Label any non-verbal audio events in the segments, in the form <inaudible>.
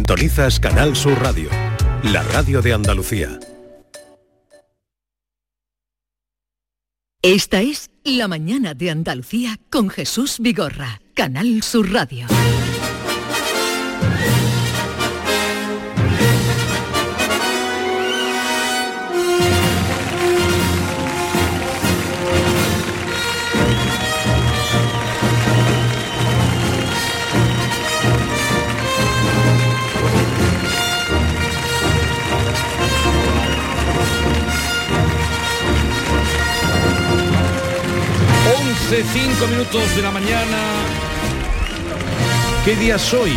Sintonizas Canal Sur Radio, la radio de Andalucía. Esta es La mañana de Andalucía con Jesús Vigorra, Canal Sur Radio. Hace cinco minutos de la mañana. ¿Qué día soy?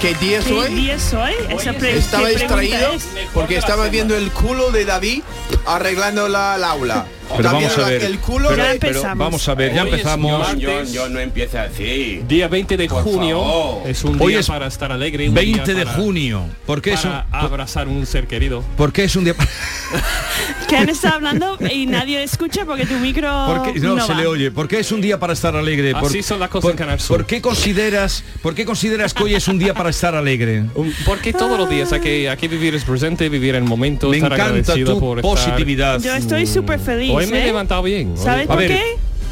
¿Qué día ¿Qué soy? día soy? Esa pre- Estaba ¿qué pregunta distraído es? porque estaba viendo el culo de David arreglando la, el aula. Pero También vamos a la- ver. El culo pero- de- pero vamos a ver, ya Oye, empezamos. señor, John, John, no empiece así. Día 20 de Por junio favor. es un Hoy día es para estar alegre. un 20 día de para- junio. ¿Por qué, es un, Para abrazar un ser querido. por qué es un día? <laughs> Que han estado hablando y nadie escucha porque tu micro por qué- no, Oh, no se va. le oye. ¿Por qué es un día para estar alegre? Por- Así son las cosas por- en Canal Sur. ¿por qué consideras, por qué consideras que hoy es un día para estar alegre? Un- Porque todos los días hay que, hay que vivir el presente, vivir el momento, Me estar encanta agradecido por tu estar- positividad. Yo estoy súper feliz. Hoy me he ¿eh? levantado bien. Hoy- ¿Sabes A por ver. qué?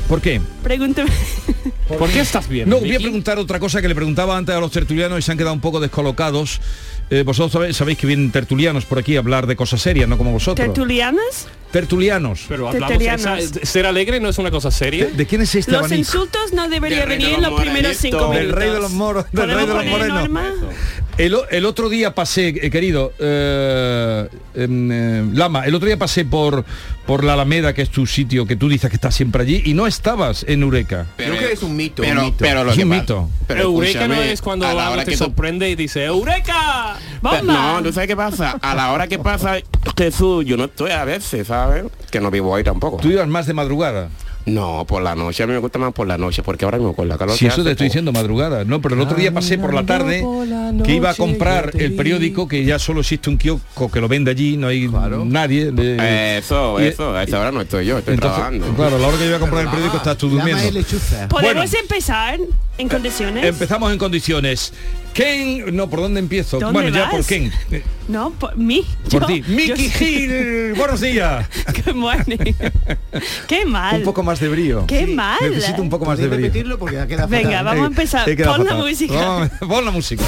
¿Por qué? Pregúntame. ¿Por qué estás bien? No, voy a Vicky? preguntar otra cosa que le preguntaba antes a los tertulianos y se han quedado un poco descolocados. Eh, vosotros sabéis, sabéis que vienen tertulianos por aquí a hablar de cosas serias, no como vosotros. ¿Tertulianas? tertulianos. Pero hablamos, Teterianos. esa- ser alegre no es una cosa seria. ¿De, de quién es este Los abanico? insultos no deberían Del rey de venir en los los primeros morenitos. cinco minutos. Del rey de los moros- del rey de ¿Podemos los poner morenos. norma? El, o- el otro día pasé, eh, querido eh, em, eh, Lama, el otro día pasé por, por la Alameda, que es tu sitio, que tú dices que estás siempre allí, y no estabas en Eureka. Creo que es un mito, Pero, un mito. pero lo Es que un pasa- mito. pero Eureka no escúchame, es cuando a la algo hora te que tú- sorprende y dice ¡Eureka! ¡Bomba! No, ¿tú sabes qué pasa? A la hora que pasa, Jesús, yo no estoy a veces, ¿sabes? Que no vivo ahí tampoco. Tú ibas más de madrugada. No, por la noche. A mí me gusta más por la noche, porque ahora mismo con la calor Si que eso hace, te estoy pues, diciendo madrugada, no, pero el otro día pasé por la tarde que iba a comprar el periódico, que ya solo existe un kiosco que lo vende allí, no hay nadie. le- Eso, Y- eso. A esa hora no estoy yo, estoy Entonces, trabajando. claro, a la hora que yo iba a comprar el periódico estás tú durmiendo. ¿Podemos empezar en condiciones? Eh, Empezamos en condiciones. Ken, no, ¿por dónde empiezo? ¿Dónde bueno, ya vas? por <laughs> Ken. Eh, no, por mí. Por yo- ti. yo Mickey sé- Gil, buenos <laughs> días. Good morning. Qué mal. Un poco más de brío. Qué mal. Necesito un poco más de brío. Venga, vamos a empezar. He quedado Pon la fatal. música. Vamos, Pon la música.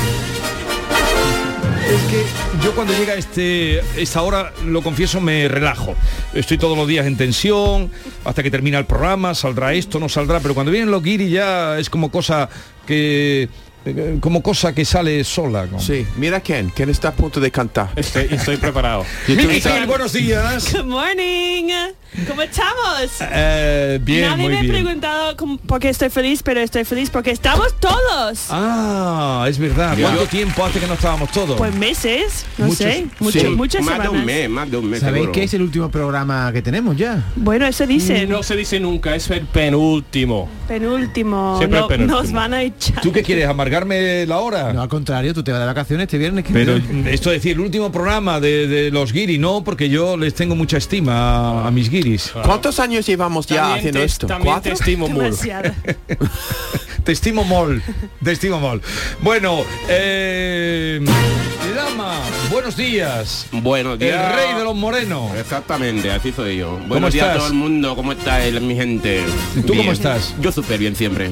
Es que yo cuando llega este esta hora, lo confieso, me relajo. Estoy todos los días en tensión, hasta que termina el programa, saldrá esto, no saldrá, pero cuando vienen los guiris ya es como cosa que eh, como cosa que sale sola. con- Sí, mira Ken, Ken está a punto de cantar. Estoy, estoy <laughs> preparado. Miki Gil, buenos días. Good morning. ¿Cómo estamos? Eh, bien, Nadie muy me ha bien. preguntado cómo- por qué estoy feliz, pero estoy feliz porque estamos todos. Ah, es verdad. Ya. ¿Cuánto tiempo hace que no estábamos todos? Pues meses, no Muchos- sé, mucho- Sí, muchas Más de un semanas. mes, más de un mes. ¿Sabéis seguro. que es el último programa que tenemos ya? Mm. Bueno, eso dice. Mm, No se dice nunca, es el penúltimo. Penúltimo. Siempre no- penúltimo. Nos van a echar. ¿Tú qué quieres? ¿Amargarme la hora? No, al contrario, tú te vas de vacaciones este viernes. Pero esto es decir, el último programa de, de los guiris, no, porque yo les tengo mucha estima a, a mis guiris. ¿Cuántos años llevamos ya También haciendo te- esto? También te ¿Cuatro? estimo mucho. Demasiado. <laughs> Te estimo mol, te estimo mol. Bueno, eh, Lama, buenos días. Buenos El días. rey de los morenos. Exactamente, así soy yo. Buenos días estás? a todo el mundo, ¿cómo está el- mi gente? ¿Y tú cómo Bien. estás? Yo súper bien siempre.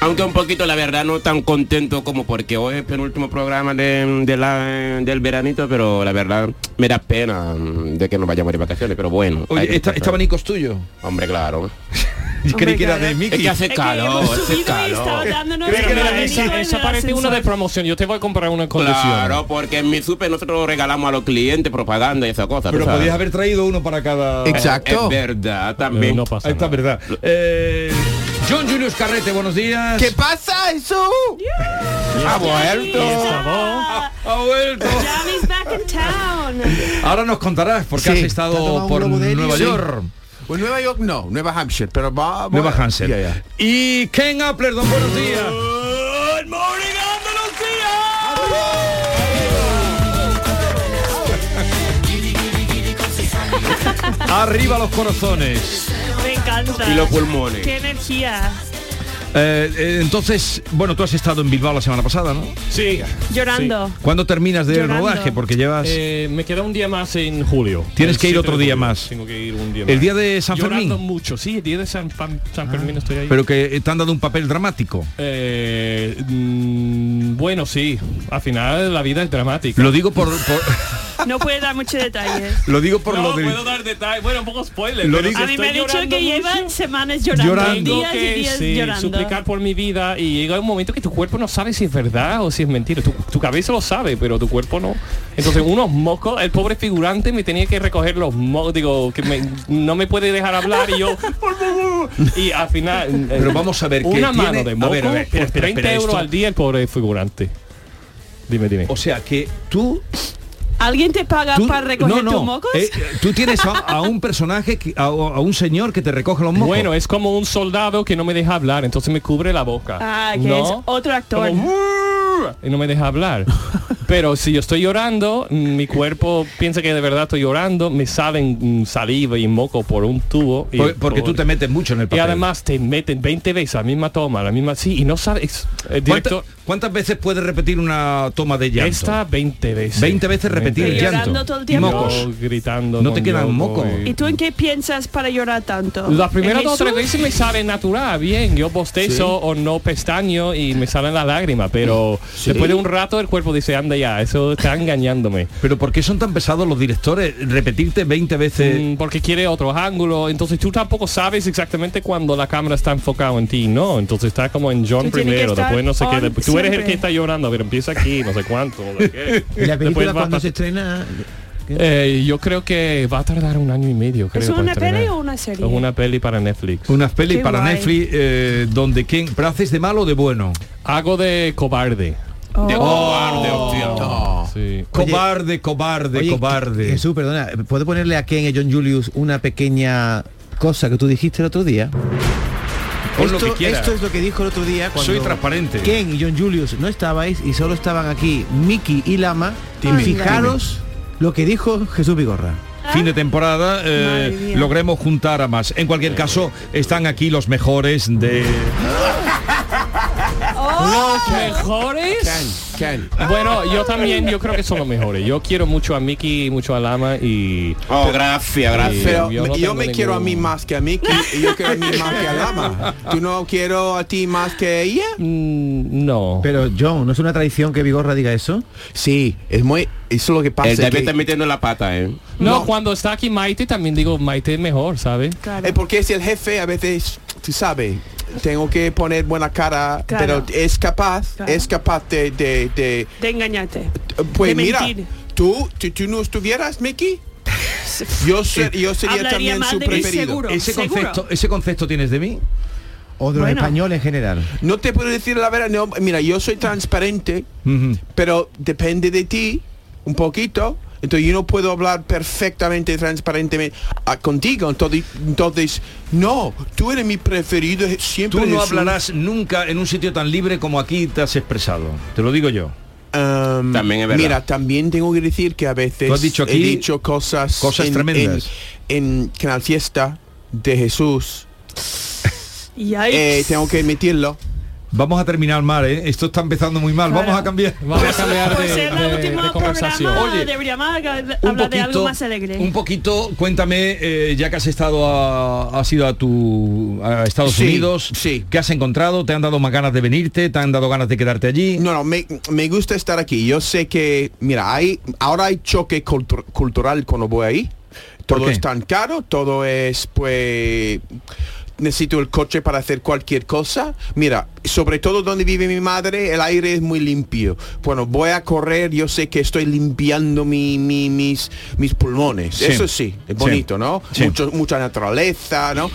Aunque un poquito, la verdad, no tan contento como porque hoy es el penúltimo programa de, de la- del veranito, pero la verdad me da pena mm, de que nos vayamos de vacaciones, pero bueno. hay Oye, que esta, pasar. este abanico es tuyo. Hombre, claro. Yo creí que era claro. de Es Mickey. que hace Es que hemos calor, hace subido y estaba calor. dándonos Pero el mira, abanico en esa, el esa parece una de ascensor. promoción. Yo te voy a comprar una en condición. Claro, porque en mi super nosotros regalamos a los clientes propaganda y esa cosa. tú Pero sabes. podías haber traído uno para cada... Eh, Exacto. Es verdad, Pero también. no pasa Ahí está, nada. verdad. Eh, John Julius Carrete, buenos días. ¿Qué pasa eso? Ah, bueno. Ah, Ha vuelto. Javi's back in town. <laughs> Ahora nos contarás por qué Sí. has ¿Te has estado tomado por un globo de helio? Nueva Sí. York. Pues Nueva York no, Nueva Hampshire, pero va... Nueva va- Hansel. Ya, ya. Y Ken Appler, don buenos días. Good morning, Andalucía. Arriba los corazones. Me encanta. Y los pulmones. Qué energía. Eh, eh, entonces, bueno, tú has estado en Bilbao la semana pasada, ¿no? Sí. Llorando. ¿Cuándo terminas del Llorando. rodaje? Porque llevas... Eh, me queda un día más en julio. Tienes El que ir 7 otro de día julio. más. Tengo que ir un día más. el día de San Llorando Fermín. Ah. mucho, sí, el día de San, Fam- San Fermín estoy ahí. Pero que te han dado un papel dramático. Eh, mm, bueno, sí. Al final la vida es dramática. Lo digo por... por- No puede dar muchos detalles. lo digo por no lo del... puedo dar detalles. Bueno, un poco spoiler. Lo pero digo- si A mí me ha estoy dicho llorando que llevan mucho, semanas llorando, Llorando. días y que días sí, llorando. suplicar por mi vida y llega un momento que tu cuerpo no sabe si es verdad o si es mentira. Tu, tu cabeza lo sabe, pero tu cuerpo no. <laughs> Entonces unos mocos, el pobre figurante me tenía que recoger los mocos, digo, que me- no me puede dejar hablar y yo, por favor. Y al final... eh, <laughs> Pero vamos a ver que Una mano tiene- de a moco ver, a ver, espera, por espera, 30 espera, euros esto- al día el pobre figurante. Dime, dime. O sea que tú ¿Alguien te paga Tú- para recoger no, no. tus mocos? Eh, tú tienes a, a un personaje, que- a, a un señor que te recoge los mocos. Bueno, es como un soldado que no me deja hablar, entonces me cubre la boca. ah, que ¿No? es otro actor. Como, "Brrr", y no me deja hablar. <laughs> Pero si yo estoy llorando, mi cuerpo piensa que de verdad estoy llorando, me salen mm, saliva y moco por un tubo. y Por- porque tú por- te metes mucho en el Y papel. además te meten 20 veces la misma toma, la misma sí, y no sabes. El ¿Cuánta- director ¿cuántas veces puedes repetir una toma de llanto? está 20 veces. 20 veces repetir el veces. llanto. Llorando todo el tiempo. Y mocos. Yo gritando. No te con quedan loco mocos. y- ¿Y tú en qué piensas para llorar tanto? Las primeras ¿En dos o tres Jesús? veces me sale natural, bien, yo bostezo o no pestaño y me salen las lágrimas, pero después de un rato el cuerpo dice, anda ya, eso está engañándome. Pero ¿por qué son tan pesados los directores? Repetirte 20 veces. Mm, Porque quiere otros ángulos, entonces tú tampoco sabes exactamente cuando la cámara está enfocada en ti, ¿no? Entonces está como en John Tú tienes que primero, estar después no sé qué, on después- tú eres el siempre. que está llorando, pero empieza aquí, no sé cuánto. no sé qué. ¿Y <laughs> la Después película va cuando pas- se estrena? Eh, yo creo que va a tardar un año y medio. Creo, ¿Es para una estrenar. peli o una serie? Es una peli para Netflix. Unas pelis Qué para guay. Netflix eh, donde quién. ¿Pero haces de malo o de bueno? Hago de cobarde. Oh. cobarde, hostia. No. Sí. cobarde, cobarde, Oye, cobarde. Jesús, perdona, ¿puedo ponerle a Ken y a John Julius una pequeña cosa que tú dijiste el otro día? Pon lo esto, que quieras. esto es lo que dijo el otro día cuando Soy transparente. Ken y John Julius no estabais y solo estaban aquí Mickey y Lama. Timmy. Fijaros lo que dijo Jesús Vigorra. fin de temporada eh, Madre mía. logremos juntar a más. En cualquier caso, están aquí los mejores de... ¡Oh! ¿Los mejores? Ken. Bueno, yo también, yo creo que son los mejores. Yo quiero mucho a Mickey, mucho a Lama y... Oh, gracias, gracias. Pero yo no yo tengo me ningún- quiero a mí más que a mí y yo quiero a mí más que a Lama. ¿Tú no quiero a ti más que a ella? Mm, no. Pero John, ¿no es una tradición que Vigorra diga eso? Sí, es muy... Eso es lo que pasa. El David que- está metiendo la pata, ¿eh? No, no. cuando está aquí Maite también digo Maite es mejor, ¿sabes? Claro. Eh, porque es el jefe, a veces, tú sabes, tengo que poner buena cara, Claro. pero es capaz, Claro. es capaz de... de- de- De engañarte. pues De mira, mentir. tú, tú, tú no estuvieras, Mickey, yo, ser- yo sería Hablaría también mal su de mí, preferido. seguro. Ese ¿Seguro? concepto, ese concepto tienes de mí. O de los Bueno. españoles en general. No te puedo decir la verdad, no, mira, yo soy transparente, Ujú. pero depende de ti un poquito. Entonces yo no puedo hablar perfectamente, transparentemente ah, contigo. Entonces, entonces, no, tú eres mi preferido eh, siempre. Tú no Jesús. hablarás nunca en un sitio tan libre como aquí te has expresado. Te lo digo yo. Um, También es verdad. Mira, también tengo que decir que a veces Tú has dicho he aquí dicho cosas, cosas en, tremendas. En, en Canal Fiesta de Jesús. Y ahí... Eh, tengo que admitirlo. Vamos a terminar mal, ¿eh? Esto está empezando muy mal. Claro. Vamos a cambiar. <laughs> Vamos a cambiar Por de, ser el de- último de conversación. programa, Oye, deberíamos hablar Un de algo poquito- más alegre. Un poquito, cuéntame, eh, ya que has estado a, has ido a tu a Estados Sí, Unidos, sí. ¿qué has encontrado? ¿Te han dado más ganas de venirte? ¿Te han dado ganas de quedarte allí? No, no, me, me gusta estar aquí. Yo sé que, mira, hay, ahora hay choque cultu- cultural cuando voy ahí. ¿Por Todo qué? es tan caro, todo es, pues, necesito el coche para hacer cualquier cosa. Mira, sobre todo donde vive mi madre, el aire es muy limpio. Bueno, voy a correr, yo sé que estoy limpiando mi, mi- mis, mis pulmones. Sí. Eso Sí. sí, es bonito, ¿no? Sí. Mucho- mucha naturaleza, ¿no?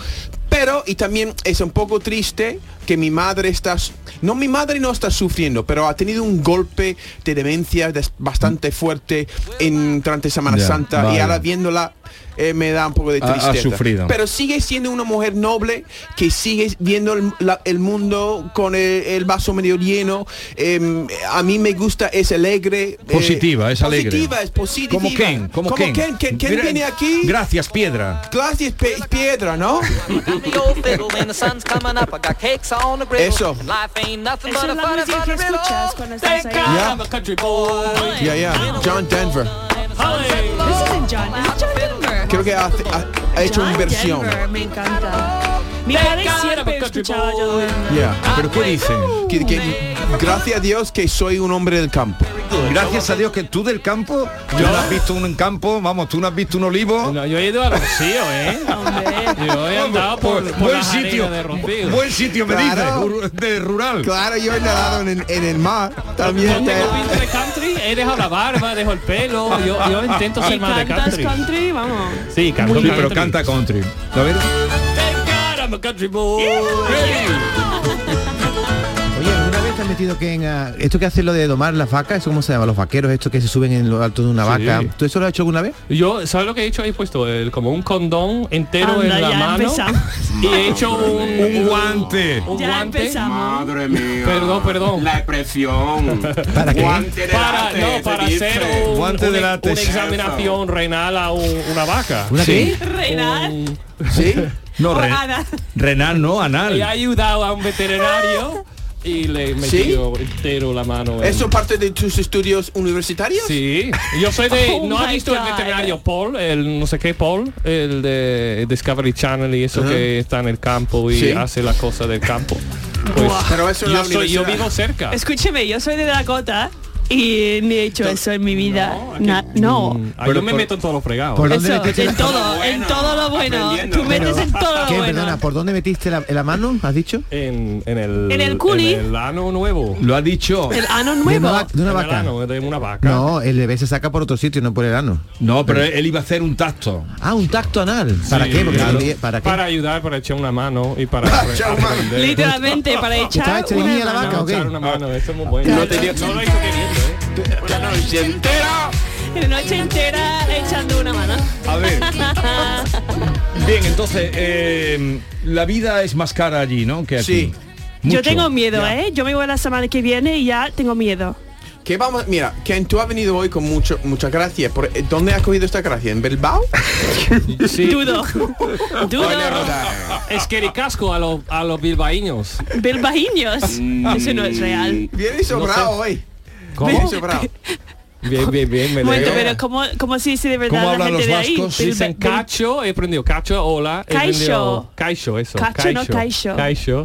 Pero, y también es un poco triste que mi madre está, s- no mi madre no está sufriendo, pero ha tenido un golpe de demencia des- bastante fuerte en, durante Semana Ya, Santa y vale. ahora viéndola eh, me da un poco de Ha- ha tristeza. sufrido. Pero sigue siendo una mujer noble que sigue viendo el, la- el mundo con el, el vaso medio lleno. Em, a mí me gusta, es alegre. eh, Positiva, es alegre. Positiva, es positiva. Como Ken, como, Ken. Ken, Ken Gra- viene aquí. Gracias, piedra. Gracias, pe- piedra, ¿no? Eso. Eso. Esa es la música que escuchas cuando estás ahí. Yeah. Yeah, yeah. John Denver. This isn't John. Is it John Denver? Creo que hace- ha, ha hecho John una versión. Denver, me encanta. Mi padre siempre escuchaba a John Denver. Yeah. ¿Pero qué dicen? Que- que- gracias a Dios que soy un hombre del campo. Gracias a Dios que tú del campo, yo no has visto un campo, vamos, tú no has visto un olivo. No, yo he ido a Rocío, ¿eh? Hombre. Yo he andado por, por pues, buen las sitio, arenas de Rocío. buen sitio me Claro. dices, ru- de rural. Claro, yo he nadado en, en el mar. También Eh, Yo te- tengo pinta de country, he dejado la barba, dejo el pelo, yo, yo intento ser Y más de cantas country. country, vamos. Sí, canto Sí, country. pero canta country. A ver. Thank God I'm a country <laughs> boy. Oye, ¿alguna vez te has metido que en... ah, esto que hacen lo de domar las vacas, ¿eso cómo se llama? Los vaqueros, estos que se suben en lo alto de una Sí. vaca. ¿Tú eso lo has hecho alguna vez? Yo, ¿sabes lo que he hecho? He puesto el- como un condón entero Anda, en la ya mano empezamos. y he hecho un, Un guante. un Ya guante empezamos. Madre mía. Perdón, perdón. La <laughs> expresión. ¿Para qué? Guante de para, látex, no, para dice. hacer un- Guante un- e- de una látex. examinación renal a un- una vaca. ¿Una Sí. Reinal. Un- ¿Sí? No, re- Ana. renal no, anal. he ayudado a un veterinario y le he metido entero la mano. en- ¿Eso parte de tus estudios universitarios? Sí, yo soy de... Oh ¿No has my visto el God. veterinario Paul? El no sé qué Paul, el de Discovery Channel y eso que está en el campo y Sí. hace las cosas del campo. Pues, Pero eso en la yo, soy- yo universidad. vivo cerca. Escúcheme, yo soy de Dakota y ni he hecho eso en mi vida. Na- No. Ah, yo me meto en todos los fregados. ¿Por dónde Eso, metiste en la- todo, en todo lo bueno. aprendiendo. Tú metes en todo ¿Qué, lo bueno. perdona, ¿por dónde metiste la, la mano, has dicho? En, en el... En el culi. En el ano nuevo. Lo ha dicho. El ano De una, nuevo. va- de una En el vaca. ano de una vaca. No, el bebé se saca por otro sitio, no por el ano. No, pero él iba a hacer un tacto. Ah, un tacto anal. ¿Para qué? Porque claro. te- ¿Para qué? Para ayudar, para echar una mano y <laughs> para Echar una mano. aprender. Literalmente para ¿Estaba echar una estreñida la mano. vaca o qué? Echar una mano, eso es muy bueno. No tenía- No lo he hecho queriendo, ¿eh? Una noche entera. La noche entera echando una mano. Mm. A ver. Bien, entonces, eh, la vida es más cara allí, ¿no? Que aquí. Sí. Mucho. <laughs> Yo tengo miedo, Ya. ¿eh? Yo me voy la semana que viene y ya tengo miedo. Que vamos, mira, Ken, tú has venido hoy con mucho, mucha gracia. Por- eh, ¿Dónde has cogido esta gracia? ¿En Bilbao? Sí. Dudo. Dudo. Es que ricasco a los a los bilbaínos. Bilbaíños. Mm. Eso no es real. Viene sobrado hoy. Viene <laughs> sobrado. Bien, bien, bien, me Momento, alegro. pero ¿cómo, cómo se dice de ¿Cómo verdad la hablan gente los de ahí? vascos? Bilba- Dicen Bil- cacho, he aprendido cacho, hola. he aprendido- Caixo. Caixo, eso. Cacho, no caixo. caixo.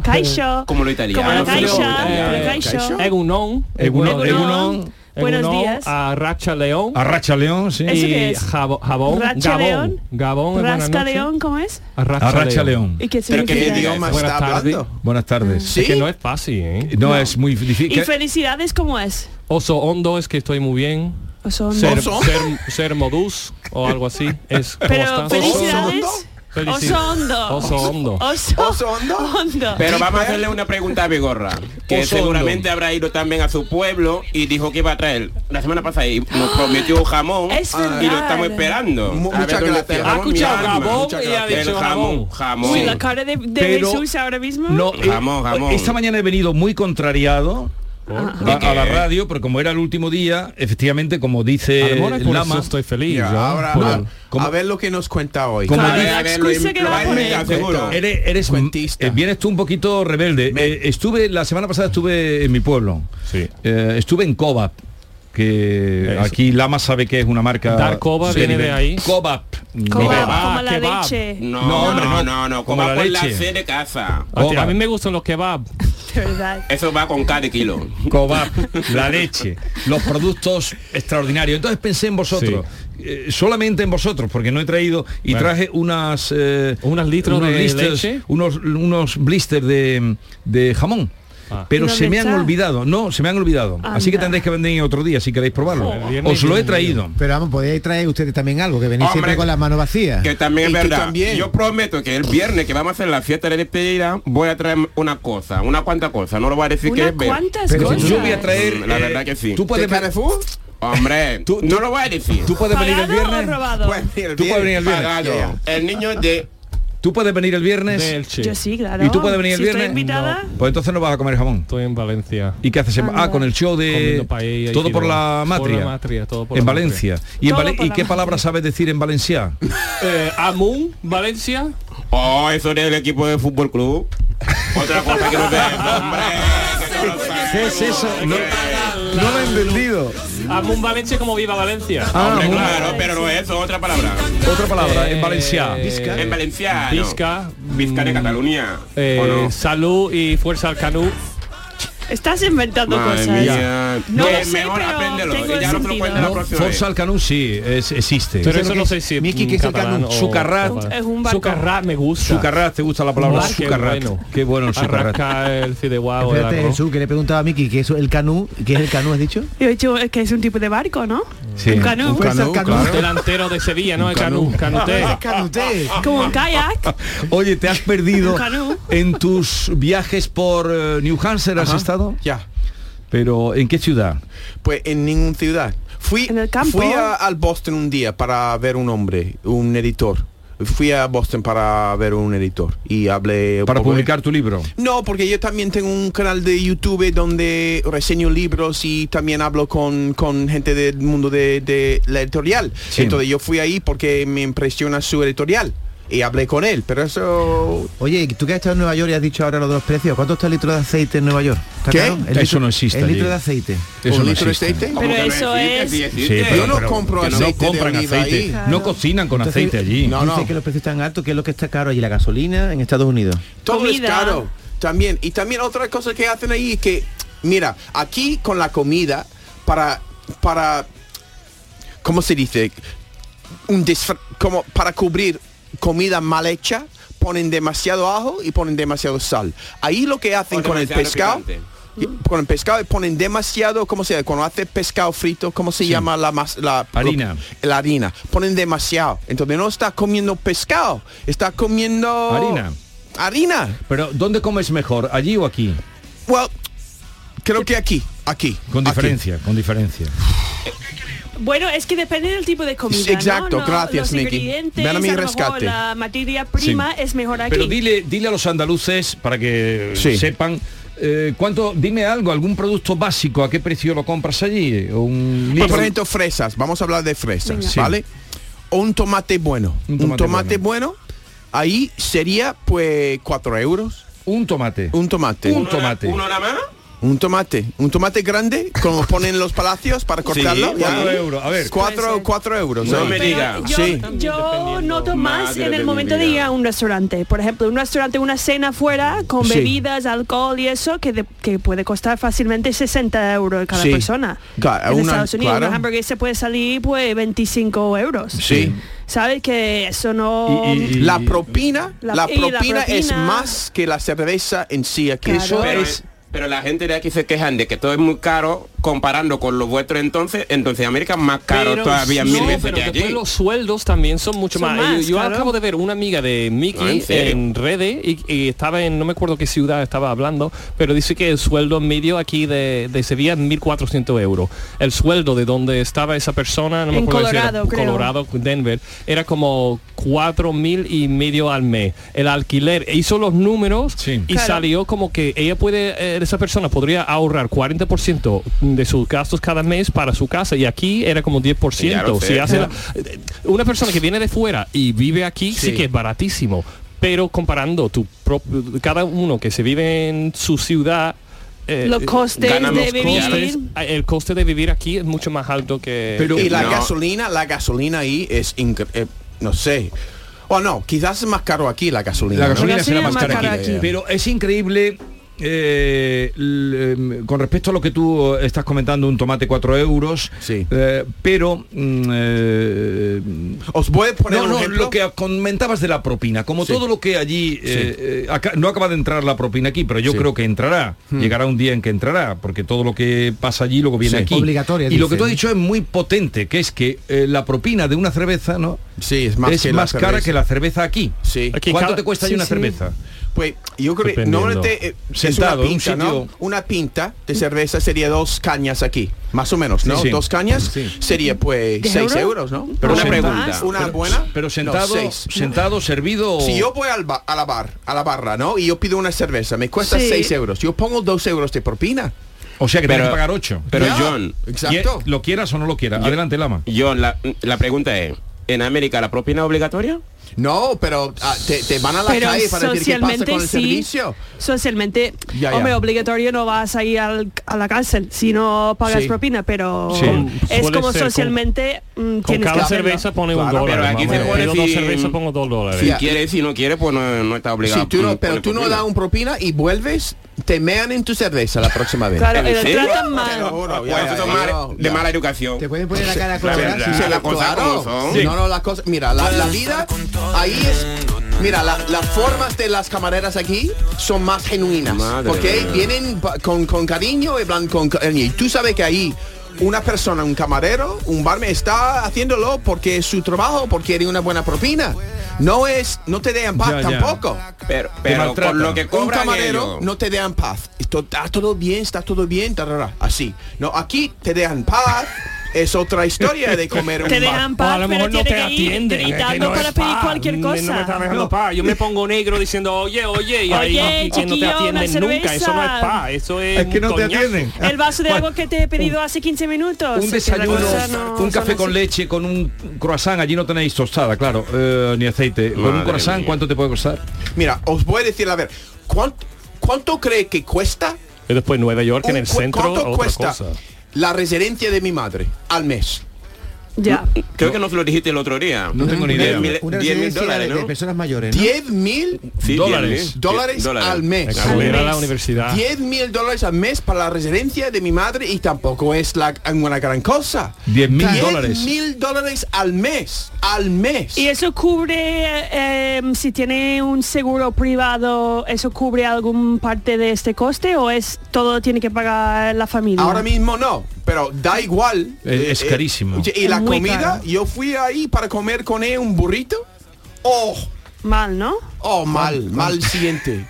Caixo. Caixo. Como lo italiano. Como la Pero, caixa. eh, pero caixo. Egunon. Egunon, Egunon. Egunon. Buenos Eh, Egunon días. A Racha León. Arracha León, sí. ¿Eso y qué es? jabo- jabón. Racha Gabón. León. Gabón. eh, es buenas Rasca noches. León, ¿cómo es? Arracha, Arracha León. ¿Y qué Pero que significa? me diga- idioma Buenas está tardes. hablando? Buenas tardes. Sí. Que no es fácil, ¿eh? No, es muy difícil. ¿Y que- felicidades cómo es? Oso hondo es que estoy muy bien. ¿O son- Ser, ¿Oso? ser, ser modus o algo así. Es, ¿cómo Pero estás? felicidades. Felici- Oso hondo. Oso hondo. Oso ¿Oso hondo? hondo. Pero vamos a hacerle una pregunta a Bigorra, que Oso seguramente habrá ido también a su pueblo y dijo que iba a traer la semana pasada y nos prometió un jamón Ah, Es y lo verdad. estamos esperando. Mu- A ver muchas dónde gracias. está el Ha jamón, mi escuchado alma. jamón Muchas y ha gracias. dicho El jamón, jamón. jamón. Uy, la cara de, de Pero- Jesús ahora mismo. No, eh, Jamón, jamón. Esta mañana he venido muy contrariado. Ah. A, ¿De qué? a la radio, pero como era el último día, efectivamente, como A dice lo mejor es por eh, Lama, eso estoy feliz. Ya, ¿no? ahora, Por- a, ¿cómo? a ver lo que nos cuenta hoy. ¿Cómo? A ver, La a ver, lo excusa que lo va a va a poner. inventar, seguro. eres, eres- Cuentista. eh, vienes tú un poquito rebelde. Eh, estuve la semana pasada estuve en mi pueblo. Sí. Eh, estuve en Cobap, que Eso. aquí Lama sabe que es una marca. Dar Cova Sí, viene de nivel. ahí. Cobap. Como, Kebab, la- como la kebab. leche. No, No, no, hombre, no, no. no, Como como la por la leche. C de casa. A ti- Cobab. A mí me gustan los kebab. <laughs> De verdad. Eso va con cada kilo. Cobap, <laughs> la leche, los productos extraordinarios. Entonces pensé en vosotros, eh, solamente en vosotros, porque no he traído y Bueno. traje unas eh, Unos litros de leche. unos unos blisters de, de jamón. Ah. Pero ¿Y se dónde me han está? olvidado, no, se me han olvidado. Así que Anda. tendréis que venir otro día si queréis probarlo. Joder, viernes Os lo he y domingo. traído. Pero vamos, podíais traer ustedes también algo, que venís Hombre, siempre con las manos vacías. Que también es Y tú verdad. también. Yo prometo que el viernes que vamos a hacer la fiesta de despedida voy a traer una cosa, una cuanta cosa. No lo voy a decir que Una es ver. cuantas Pero si cosas. Yo voy a traer. eh, Mm, la verdad que sí. Tú ¿De puedes, Carrefour? Hombre, <laughs> Tú- no lo voy a decir. ¿Tú puedes venir el ¿Pagado o viernes? robado? Tú puedes venir el viernes. Pagado. El niño de... ¿Tú puedes venir el viernes? Delche. Yo sí, claro. ¿Y tú puedes venir el Si viernes? Estoy invitada. Pues entonces no vas a comer jamón. Estoy en Valencia. ¿Y qué haces? en- Ah, Anda. con el show de... Comiendo paella y Todo por la fideuá. Por la matria. matria, todo por En la Valencia. ¿Y, en Todo Vale- por ¿y la qué matria. palabra sabes decir en valenciano? matria. Eh, Amun, Valencia. Oh, eso del equipo de fútbol club. Otra cosa que no sé. Hombre, que no lo ¿Qué sabemos. es eso? No, No lo he entendido. Amun, Valencia como viva Valencia. Ah, Hombre, muy- claro, pero no es eso, otra palabra. otra palabra, en valenciano. Eh, En valenciano. Eh, Vizca. Vizca de mm, Cataluña. eh, ¿o no? Salud y Fuerza al Canú. Estás inventando Madre cosas. mía. No Eh, lo sé, mejor pero apréndelo. tengo Y ya el no te lo sentido. cuentas la próxima vez. Forza al Canú sí, es- existe. Pero lo eso que no es? sé si es Miki, ¿qué es el catalán Canú? o- Sucarrat. o- Es un barco. Sucarrat me gusta. Sucarrat, ¿te gusta la palabra Bar, qué sucarrat? bueno. Qué bueno el sucarrat. Arrasca el fideuá o el Espérate, arroz. Jesús, que le preguntaba a Miki que eso, el canú, ¿qué es el canú, has dicho? Yo he dicho es que es un tipo de barco, ¿no? Sí. Un canú. Pues el canú, claro. Delantero de Sevilla, ¿no? El Canú. Canuté. Es canuté. Como un kayak. <laughs> Oye, ¿te has perdido Un canú. en tus viajes por eh, New Hampshire? ¿Has Ajá. estado? Ya. Pero ¿en qué ciudad? Pues en ninguna ciudad. Fui, En el campo. fui a- al Boston un día para ver un hombre, un editor. Fui a Boston para ver un editor y hablé... Para por- publicar tu libro. No, porque yo también tengo un canal de YouTube donde reseño libros y también hablo con, con gente del mundo de, de la editorial. Sí. Entonces yo fui ahí porque me impresiona su editorial y hablé con él, pero eso... Oye, ¿y tú que has estado en Nueva York y has dicho ahora lo de los precios, ¿cuánto está el litro de aceite en Nueva York? ¿Está ¿Qué? caro? El Eso litro- no existe El allí. litro de aceite. Eso ¿Un no litro de existe. aceite? ¿Cómo que no eso existe? es- Sí Sí, existe. pero- Yo no compro que aceite de No compran oliva aceite. ahí. Claro. No cocinan con Entonces, aceite allí. No, Dice no. que los precios están altos, que es lo que está caro allí, la gasolina en Estados Unidos. Todo Comida. es caro. También. Y también otra cosa que hacen ahí es que, mira, aquí con la comida, para, para, ¿cómo se dice? Un disfra- como para cubrir comida mal hecha, ponen demasiado ajo y ponen demasiado sal. Ahí lo que hacen O con el demasiado pescado. picante. y- Con el pescado y ponen demasiado, ¿cómo se llama? Cuando hace pescado frito, ¿cómo se llama la mas- la Harina. La harina. Ponen demasiado. Entonces no está comiendo pescado, está comiendo Harina. Harina. Pero ¿dónde comes mejor? ¿Allí o aquí? Well, creo que aquí, aquí. Con aquí. diferencia, con diferencia. Bueno, es que depende del tipo de comida. Sí, exacto, ¿no? No, los gracias, Miki. ingredientes, Ven a mi lo mejor rescate. La materia prima es mejor aquí. Pero dile, dile a los andaluces para que Sí. sepan. eh, ¿Cuánto? Dime algo, algún producto básico, ¿a qué precio lo compras allí? Un Pues, Por litro- ejemplo, fresas. Vamos a hablar de fresas, Venga. Sí. ¿vale? O un tomate bueno. Un Un tomate, tomate bueno. ahí sería pues 4 euros. un tomate. Un tomate. Un Un, ¿Uno na- tomate. ¿Uno nada más? tomate. Un tomate grande, como ponen en los palacios para cortarlo. Sí, ya. cuatro euros, a ver. Puede Cuatro, ser. cuatro euros. No ahí. me diga. Pero yo, Sí. yo noto más Madre en de el mi momento de vida. ir a un restaurante. Por ejemplo, un restaurante, una cena fuera con Sí. bebidas, alcohol y eso, que, de- que puede costar fácilmente 60 euros cada Sí. persona. Claro, en una- Estados Unidos, claro. una hamburguesa puede salir pues 25 euros. Sí. ¿Sabes que eso no... Mm. Y- y- La propina, La- la, y la propina es propina. más que la cerveza en sí. Aquí Claro. eso Pero, es pero la gente de aquí se quejan de que todo es muy caro comparando con lo vuestro entonces, entonces América es más caro Pero todavía sí, mil veces pero que después allí. los sueldos también son mucho Son más. más, yo yo claro. acabo de ver una amiga de Mickey Ah, ¿en en, serio? redes y, y estaba en, no me acuerdo qué ciudad estaba hablando, pero dice que el sueldo medio aquí de, de Sevilla es 1.400 euros. El sueldo de donde estaba esa persona, no me En acuerdo si era Colorado, creo. Colorado, Denver, era como 4.000 y medio al mes. El alquiler E hizo los números Sí. y Claro. salió como que ella puede, eh, esa persona podría ahorrar 40% de sus gastos cada mes para su casa y aquí era como 10%. Ya lo sé. Si <laughs> hace la- una persona que viene de fuera y vive aquí sí, Sí. que es baratísimo, pero comparando tu propio, cada uno que se vive en su ciudad eh, los costes ganan de los vivir. costes, el coste de vivir aquí es mucho más alto que Pero- eh, y la No. gasolina, la gasolina ahí es incre- eh, no sé. O no, quizás es más caro aquí la gasolina. La ¿no? gasolina La será más gasolina cara más aquí. cara aquí. Pero es increíble. eh, l- em, con respecto a lo que tú estás comentando, un tomate 4 euros, Sí. eh, pero mm, eh, Os voy a poner no, un no, ejemplo. lo que comentabas de la propina, como Sí. todo lo que allí eh, eh, acá- no acaba de entrar la propina aquí, pero yo Sí. Hmm. creo que entrará, llegará un día en que entrará, porque todo lo que pasa allí luego viene Sí. aquí. Obligatoria, y lo que dicen. tú has dicho es muy potente, que es que eh, la propina de una cerveza, ¿no? Sí, es más, es que la más cara cerveza. que la cerveza aquí. Sí. Aquí ¿Cuánto cada- te cuesta ahí sí, una sí. cerveza? Pues yo creo que Dependiendo. normalmente eh, Sentado, en un es una pinta, ¿no? sitio- Una pinta de cerveza sería dos cañas aquí, más o menos, ¿no? Sí, sí. Dos cañas Sí. sería pues ¿De seis euro? euros, ¿no? Pero una sentado. pregunta, una buena. Pero No, sentado, seis. sentado, servido. Si yo voy al ba- a la bar, a la barra, ¿no? Y yo pido una cerveza, me cuesta Sí. 6 euros. Yo pongo 2 euros de propina. O sea que Pero- tienes que pagar 8. Pero Ya, John, Exacto. Lo quieras o no lo quieras. Adelante, Lama. John, la, la pregunta es, ¿en América la propina es obligatoria? No, pero ah, te, te van a la Pero calle para decir qué pasa socialmente con el sí. servicio. Socialmente, Ya, ya. hombre, obligatorio no vas a ir al- a la cárcel si no pagas Sí. propina, pero Sí. Con- es suele como ser con- socialmente mm, Con tienes que cada hacerlo. cerveza pone un Claro, dólar. pero aquí más o se menos. pone Pido dos si- cervezas, pongo dos dólares. Si Ya. quiere, si no quiere, pues no, no está obligado. Sí, tú no- a pero poner tú no propina. das un propina y vuelves, te mean en tu cerveza la próxima vez. Claro, ¿En eh, serio? tratan Te lo mal. juro, Pues ya, eso ya, es mal- yo- de ya. mala educación. Te pueden poner la cara La colorada. verdad. sí. las cosas como son. Sí. No, no, las cosas. Mira, la, la vida ahí es. Mira, la- las formas de las camareras aquí son más genuinas. Madre porque mía. vienen pa- con, con cariño y plan con cariño. Y tú sabes que ahí una persona, un camarero, un barman está haciéndolo porque es su trabajo, porque tiene una buena propina. No es, no te dejan paz Ya, ya. tampoco. Pero, Te pero maltratan. por lo que Un cobran camarero ellos. no te dejan paz. Esto- Está todo bien, está todo bien, tarara, así. No, aquí te <laughs> dejan paz. Es otra historia de comer un Te bar. dejan O paz, a lo pero mejor no tiene te que ir atienden. es que gritando no para es pedir paz, cualquier no me cosa. está dejando paz. Yo me pongo negro diciendo, oye, oye, y ahí Oye, y que no te chiquillo, una atienden nunca. Eso no es cerveza. paz, eso es. Es que un no te coñazo. atienden. El vaso de agua que te he pedido hace 15 minutos. un es que la desayuno, cosa no un café son con así. leche, con un croissant, allí no tenéis tostada, claro, eh, ni aceite. con un Madre croissant, mía. ¿cuánto te puede costar? Mira, os voy a decir, a ver, ¿cuán- ¿cuánto, cree que cuesta? Y después Nueva York en un- el cu- centro, ¿Cuánto otra cuesta cosa. la residencia de mi madre al mes? Ya. Creo que no se lo dijiste el otro día. No tengo ni Una- idea. Mil- Una diez mil residencia dólares, de, ¿no? de personas mayores, ¿no? 10 mil Sí, Dólares. bien, bien. Dólares al mes. Claro, Al ir a la mes. universidad. 10 mil dólares al mes para la residencia de mi madre y tampoco es la, una gran cosa. 10 mil Diez dólares. mil dólares al mes. Al mes. Y eso cubre, eh, em, si tiene un seguro privado, ¿eso cubre algún parte de este coste o es todo tiene que pagar la familia? Ahora mismo no, pero da igual. Eh, es carísimo. Y Es la muy comida, caro. yo fui ahí para comer con él un burrito. Oh, Mal, ¿no? Oh. oh, mal, <laughs> mal siguiente.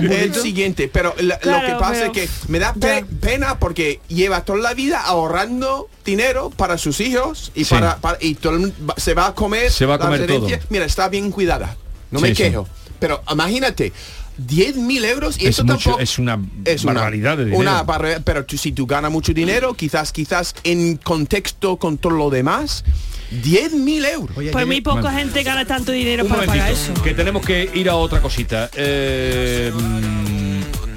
El siguiente, pero la- Claro, lo que pasa pero- es que me da pe- pena porque lleva toda la vida ahorrando dinero para sus hijos y Sí. para, para- y todo el mundo va- se va a comer Se va a la comer todo. herencia. Mira, está bien cuidada. No me Sí, sí. quejo. Pero imagínate, 10 mil euros y Es eso mucho, tampoco es una barbaridad de dinero. una barra- pero tú- si tú ganas mucho dinero, quizás, quizás en contexto con todo lo demás, 10 mil euros. Oye, Pues ayer- muy poca Mal. gente gana tanto dinero Un para pagar eso. momentito, que tenemos que ir a otra cosita. Eh, mm,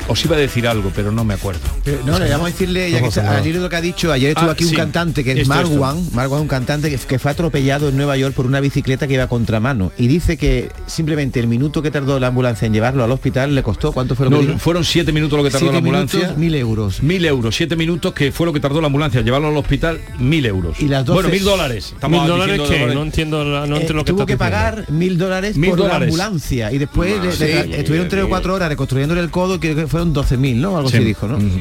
os iba a decir algo, pero Eh, no me acuerdo. Pero, No, le vamos a decirle, ya que está- al hilo de lo que ha dicho, ayer estuvo Ah, aquí un sí. cantante que es Esto, esto. Marwan, Marwan, un cantante que, que fue atropellado en Nueva York por una bicicleta que iba a contramano. Y dice que simplemente el minuto que tardó la ambulancia en llevarlo al hospital le costó, ¿cuánto fue lo que No, dijo? fueron siete minutos lo que tardó Siete la ambulancia. minutos, mil euros. Mil euros, siete minutos, que fue lo que tardó la ambulancia llevarlo al hospital, mil euros. Y las doce- Bueno, mil dólares. Estamos Mil dólares diciendo que dólares. no entiendo, Ah, la- no Eh, entiendo lo que tuvo estás que diciendo. pagar mil dólares Mil por la dólares. ambulancia y después le- Madre le- mía, estuvieron tres o mía. cuatro horas reconstruyéndole el codo creo que fueron 12.000 no algo Sí. así dijo no Ujú.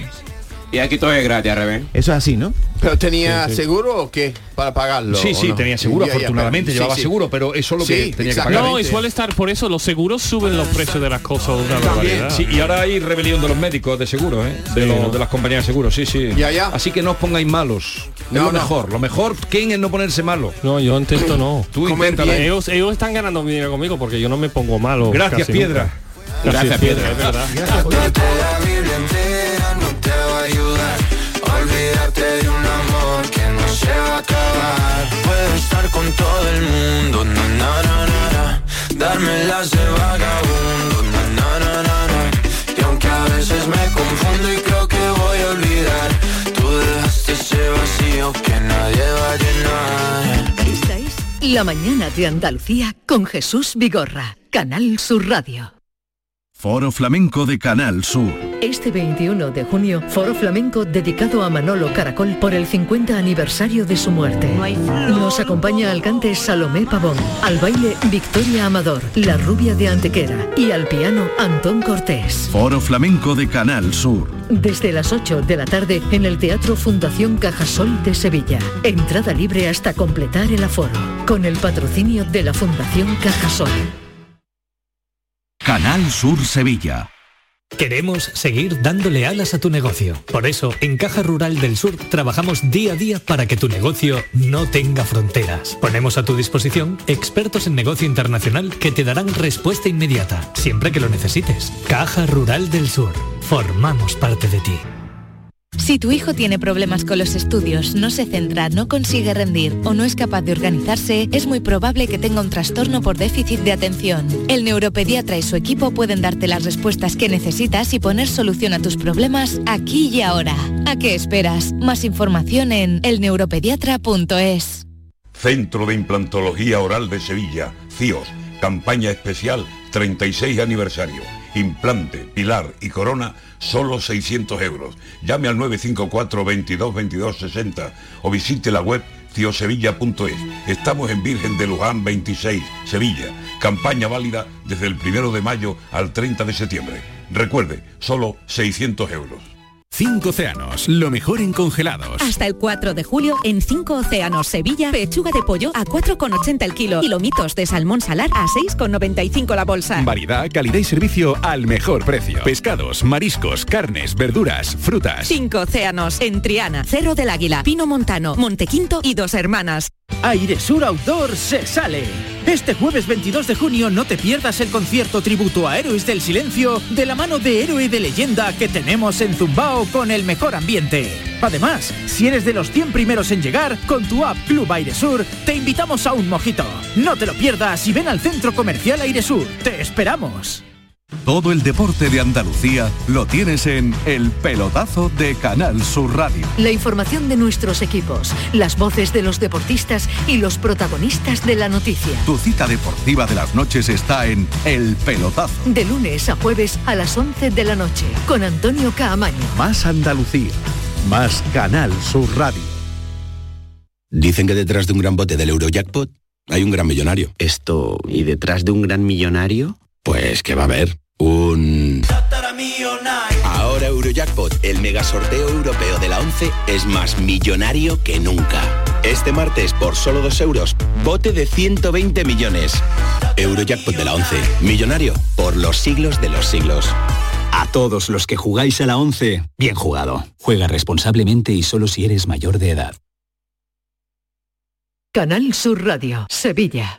Y aquí todo es gratis, al revés. eso es así no ¿Pero tenía seguro o qué? Para pagarlo. Sí, ¿o sí, no? tenía seguro, Ya, ya, afortunadamente, pero- llevaba sí, sí. seguro, pero eso es lo que Sí, tenía que exacto. pagar. No, y Exactamente. suele estar por eso, los seguros suben los precios de las cosas una También, barbaridad. Sí, y ahora hay rebelión de los médicos de seguro, ¿eh? de, los- de las compañías de seguro, sí, sí. Ya, ya. Así que no os pongáis malos. Es No, lo no. mejor. Lo mejor, ¿quién es no ponerse malo? No, yo intento no. Tú Comer intenta bien. Ellos, ellos están ganando dinero conmigo porque yo no me pongo malo. Gracias, casi Piedra. nunca. Gracias, Piedra. es verdad. Puedo estar con todo el mundo, na na na na na. Dármelas de vagabundo, na na na na na. Y aunque a veces me confundo y creo que voy a olvidar, tú dejaste ese vacío que nadie va a llenar. Esta es La Mañana de Andalucía con Jesús Vigorra, Canal Sur Radio. Foro Flamenco de Canal Sur. Este 21 de junio, Foro Flamenco dedicado a Manolo Caracol por el 50 aniversario de su muerte. Nos acompaña al cante Salomé Pavón, al baile Victoria Amador, la rubia de Antequera y al piano Antón Cortés. Foro Flamenco de Canal Sur. Desde las 8 de la tarde en el Teatro Fundación Cajasol de Sevilla. Entrada libre hasta completar el aforo, con el patrocinio de la Fundación Cajasol. Canal Sur Sevilla. Queremos seguir dándole alas a tu negocio. Por eso, en Caja Rural del Sur trabajamos día a día para que tu negocio no tenga fronteras. Ponemos a tu disposición expertos en negocio internacional que te darán respuesta inmediata, siempre que lo necesites. Caja Rural del Sur. Formamos parte de ti. Si tu hijo tiene problemas con los estudios, no se centra, no consigue rendir o no es capaz de organizarse, es muy probable que tenga un trastorno por déficit de atención. El neuropediatra y su equipo pueden darte las respuestas que necesitas y poner solución a tus problemas aquí y ahora. ¿A qué esperas? Más información en elneuropediatra.es. Centro de Implantología Oral de Sevilla, CIOS, campaña especial 36 aniversario. Implante, pilar y corona, solo 600 euros. Llame al 954 22 22 60 o visite la web ciosevilla.es. Estamos en Virgen de Luján 26, Sevilla. Campaña válida desde el 1 de mayo al 30 de septiembre. Recuerde, solo 600 euros. Cinco océanos, lo mejor en congelados. Hasta el 4 de julio en 5 Océanos Sevilla, pechuga de pollo a 4,80 el kilo y lomitos de salmón salar a 6,95 la bolsa. Variedad, calidad y servicio al mejor precio. Pescados, mariscos, carnes, verduras, frutas. 5 Océanos en Triana, Cerro del Águila, Pino Montano, Montequinto y Dos Hermanas. Aire Sur Outdoor se sale. Este jueves 22 de junio no te pierdas el concierto tributo a Héroes del Silencio de la mano de héroe de leyenda que tenemos en Zumbao con el mejor ambiente. Además, si eres de los 100 primeros en llegar, con tu app Club Aire Sur te invitamos a un mojito. No te lo pierdas y ven al centro comercial Aire Sur. Te esperamos. Todo el deporte de Andalucía lo tienes en El Pelotazo de Canal Sur Radio. La información de nuestros equipos, las voces de los deportistas y los protagonistas de la noticia. Tu cita deportiva de las noches está en El Pelotazo. De lunes a jueves a las 11 de la noche con Antonio Caamaño. Más Andalucía, más Canal Sur Radio. Dicen que detrás de un gran bote del Eurojackpot hay un gran millonario. Esto, ¿y detrás de un gran millonario? Pues que va a haber un... Ahora Eurojackpot, el mega sorteo europeo de la 11, es más millonario que nunca. Este martes, por solo 2 euros, bote de 120 millones. Eurojackpot de la 11, millonario por los siglos de los siglos. A todos los que jugáis a la 11, bien jugado. Juega responsablemente y solo si eres mayor de edad. Canal Sur Radio, Sevilla.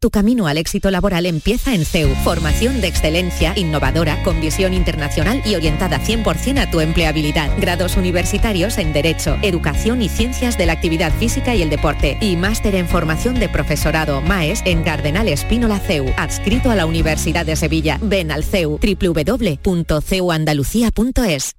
Tu camino al éxito laboral empieza en CEU. Formación de excelencia, innovadora, con visión internacional y orientada 100% a tu empleabilidad. Grados universitarios en Derecho, Educación y Ciencias de la Actividad Física y el Deporte. Y máster en formación de profesorado MAES en Cardenal Espínola CEU. Adscrito a la Universidad de Sevilla. Ven al CEU. www.ceuandalucía.es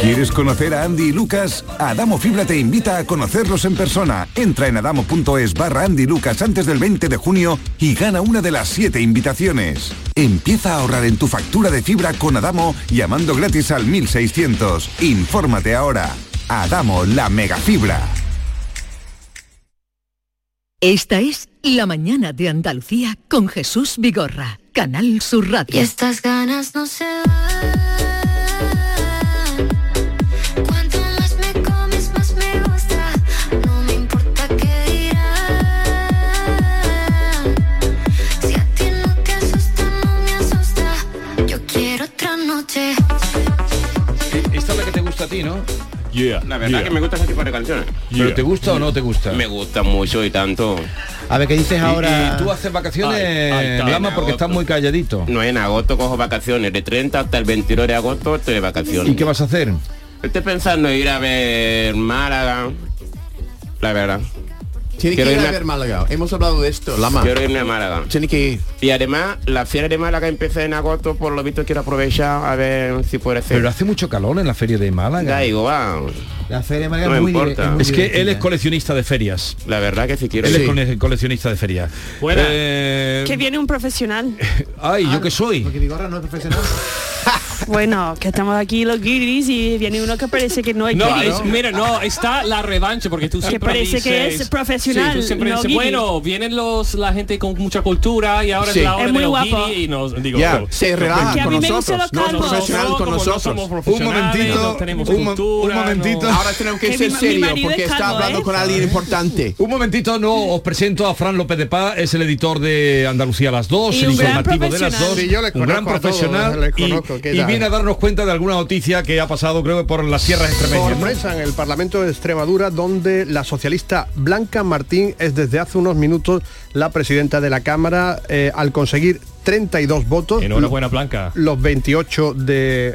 ¿Quieres conocer a Andy y Lucas? Adamo Fibra te invita a conocerlos en persona. Entra en adamo.es barra Andy Lucas antes del 20 de junio y gana una de las siete invitaciones. Empieza a ahorrar en tu factura de fibra con Adamo llamando gratis al 1600. Infórmate ahora. Adamo, la megafibra. Esta es La mañana de Andalucía con Jesús Vigorra, Canal Sur Radio. Y estas ganas no se van. Cuanto más me comes, más me gusta. No me importa qué dirán. Si a ti no te asusta, no me asusta. Yo quiero otra noche. Eh, Esta es la que te gusta a ti, ¿no? La verdad Yeah. que me gusta ese tipo de canciones. ¿Pero te gusta o no te gusta? Me gusta mucho y tanto. A ver, ¿qué dices ahora? y tú haces vacaciones, Lama, porque estás muy calladito. No, en agosto cojo vacaciones. De 30 hasta el 22 de agosto estoy de vacaciones. ¿Y qué vas a hacer? Estoy pensando en ir a ver Málaga. La verdad. Tiene Quiero que ir irme a a- ver Málaga. Em- Hemos hablado de esto, Lama. Quiero irme a Málaga. Tiene que ir. Y además, la feria de Málaga empieza en agosto, por lo visto quiero aprovechar a ver si puede ser. Pero hace mucho calor en la feria de Málaga. Da igual. La feria de Málaga No me es muy dire- importa. muy Es que divertida. él es coleccionista de ferias. La verdad que si quiero. Él Sí. es cole- coleccionista de ferias. Eh, Que viene un profesional. ay, Ah, ¿yo qué soy? Porque Vigorra no es profesional. <laughs> Bueno, que estamos aquí los guiris y viene uno que parece que no es No, guiri. es- mira, no, está la revancha porque tú Que siempre parece que dices- es profesional, Sí, tú siempre no dices, guiri. bueno, vienen los la gente con mucha cultura y ahora Sí. es la hora Es muy de los guapo. guiri y nos digo, Ya, no, se no, relaja porque a con mí me gustan nosotros, los no es calvos. profesional No, con como no nosotros. somos Un profesionales, no tenemos un, mo- cultura, un momentito. no. Ahora tenemos que, Que ser mi- mi serios marido porque es está calvo, hablando ¿eh? con alguien importante. Un momentito, no, os presento a Fran López de Paz, es el editor de Andalucía a las 2, Y el un gran informativo de las profesional. 2, Sí, yo le un gran conozco a todos, profesional le y- conozco, ¿qué y, tal? viene a darnos cuenta de alguna noticia que ha pasado, creo que por las sierras extremeñas. ¿no? Sorpresa en el Parlamento de Extremadura, donde la socialista Blanca Martín es desde hace unos minutos la presidenta de la Cámara eh, al conseguir 32 votos. Enhorabuena, Blanca. Los 28 del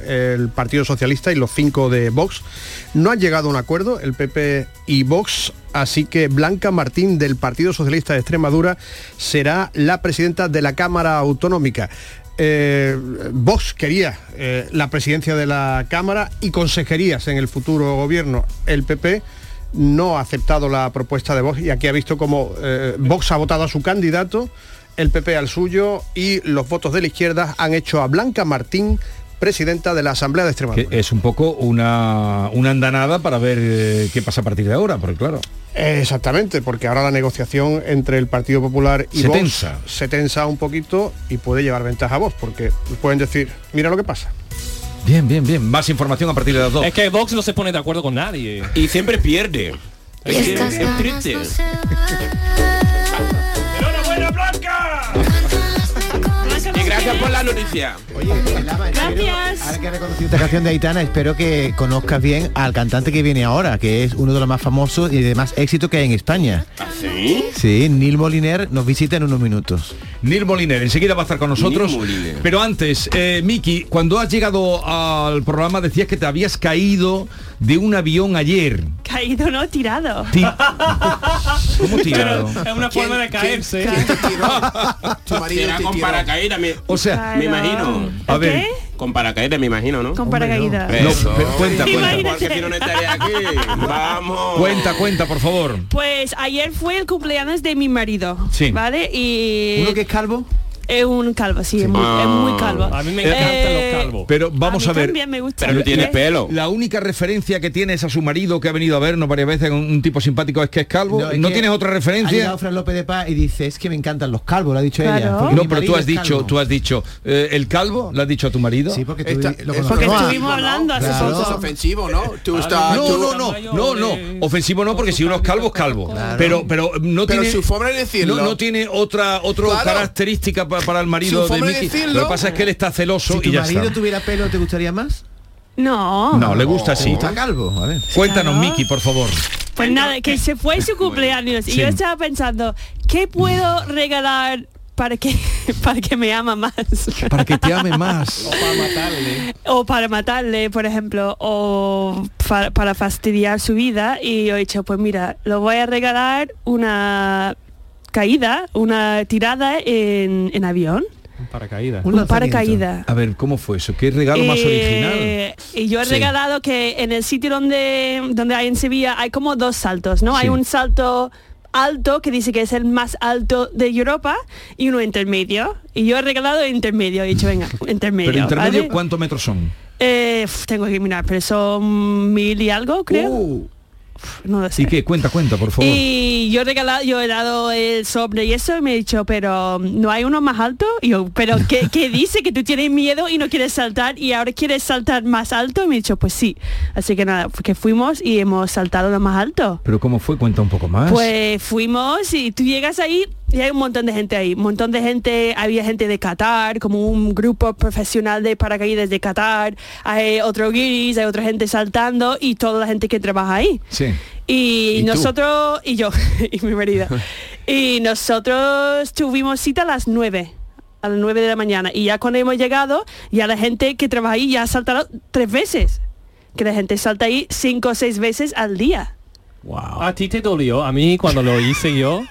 Partido Socialista y los 5 de Vox. No han llegado a un acuerdo, el PP y Vox, así que Blanca Martín del Partido Socialista de Extremadura será la presidenta de la Cámara Autonómica. Eh, Vox quería eh, la presidencia de la Cámara y consejerías en el futuro gobierno. El PP no ha aceptado la propuesta de Vox y aquí ha visto como Vox ha votado a su candidato el PP al suyo y los votos de la izquierda han hecho a Blanca Martín presidenta de la Asamblea de Extremadura. Que es un poco una, una andanada para ver eh, qué pasa a partir de ahora, porque claro. Exactamente, porque ahora la negociación entre el Partido Popular y Se Vox tensa. se tensa un poquito y puede llevar ventaja a Vox, porque pueden decir, mira lo que pasa. Bien, bien, bien. Más información a partir de las 2. Es que Vox no se pone de acuerdo con nadie. Y siempre pierde. Es que Estas es ganas triste. no Y gracias por la noticia. Oye, Gracias. Esta canción de Aitana, espero que conozcas bien al cantante que viene ahora, que es uno de los más famosos y de más éxito que hay en España. ¿Ah, ¿Sí? Sí, Neil Moliner nos visita en unos minutos. Neil Moliner, enseguida va a estar con nosotros. Neil Moliner. Pero antes, eh, Miki, cuando has llegado al programa decías que te habías caído de un avión ayer. Caído, no tirado. <laughs> Ti- ¿Cómo tirado? Es una forma eh, de caerse. Tu marido Será te con tiró. paracaídas, me, o sea- me imagino. A ver. Con paracaídas, me imagino, ¿no? Con paracaídas. Eh, No, pero cuenta, cuenta. Porque si no, no estaría aquí. Vamos. Cuenta, cuenta, por favor. <laughs> Pues ayer fue el cumpleaños de mi marido. Sí. ¿Vale? Y. ¿Uno que es calvo? Es un calvo, sí, Es, muy, es Ah. muy calvo. Eh, Pero vamos a, a mí ver. también me gusta. Pero no tiene la- pelo. La única referencia que tienes a su marido que ha venido a vernos varias veces, un, un tipo simpático, es que es calvo. No, es que tienes otra Ha referencia. llegado Fran López de Paz y dice, es que me encantan los calvos, lo ha dicho ella. porque mi No, pero marido tú has es dicho, calvo. tú has dicho, eh, el calvo, ¿le has dicho a tu marido? Sí, porque Porque estuvimos hablando hace Eso poco. es ofensivo, ¿no? Tú estás... Ah, No, tú- no, no, no, no. Ofensivo no, porque si uno es calvo es calvo. Pero, pero no Pero tiene. su forma de decirlo. No, no tiene otra otra Claro. característica pa- para el marido Su forma de de Miki. decirlo. Lo que pasa es que él está celoso Si y tu ya marido está. tuviera pelo, ¿te gustaría más? No. No, le gusta así. Está calvo, a ver. Cuéntanos, Miki, por favor. Pues nada, que se fue su cumpleaños y Sí. yo estaba pensando, ¿qué puedo regalar para que <laughs> para que me ama más? Para que te ame más. o para matarle, por ejemplo, o fa- para fastidiar su vida y yo he dicho, pues mira, lo voy a regalar una caída, una tirada en, en avión. Paracaídas. Un Un lanzamiento. paracaídas. A ver, ¿cómo fue eso? ¿Qué regalo más Eh, original? Y yo he Sí. regalado que en el sitio donde, donde hay en Sevilla hay como dos saltos, ¿no? Sí. Hay un salto alto que dice que es el más alto de Europa y uno intermedio. Y yo he regalado intermedio, he dicho, venga, intermedio. <laughs> Pero intermedio, ¿vale? ¿cuántos metros son? Eh, uf, tengo que mirar, pero son mil y algo, creo. Oh. Uf, no lo sé. Eh, ¿Y qué? Cuenta, cuenta, por favor. Y yo he regalado, yo he dado el sobre y eso y me he dicho, pero no hay uno más alto. Y yo, pero ¿qué, qué dice? Que tú tienes miedo y no quieres saltar y ahora quieres saltar más alto. Y me he dicho, pues sí. Así que nada, que fuimos y hemos saltado lo más alto. Pero ¿cómo fue? Cuenta un poco más. Pues fuimos y tú llegas ahí y hay un montón de gente ahí, un montón de gente, había gente de Qatar, como un grupo profesional de paracaídas de Qatar, hay otro guiris, hay otra gente saltando y toda la gente que trabaja ahí. <laughs> sí. Y, ¿Y tú? nosotros, y yo, <laughs> y <laughs> mi marido, y nosotros tuvimos cita a las 9, a las 9 de la mañana. Y ya cuando hemos llegado, ya la gente que trabaja ahí ya ha saltado tres veces. Que la gente salta ahí cinco o seis veces al día. A ti te dolió, a mí cuando lo hice yo,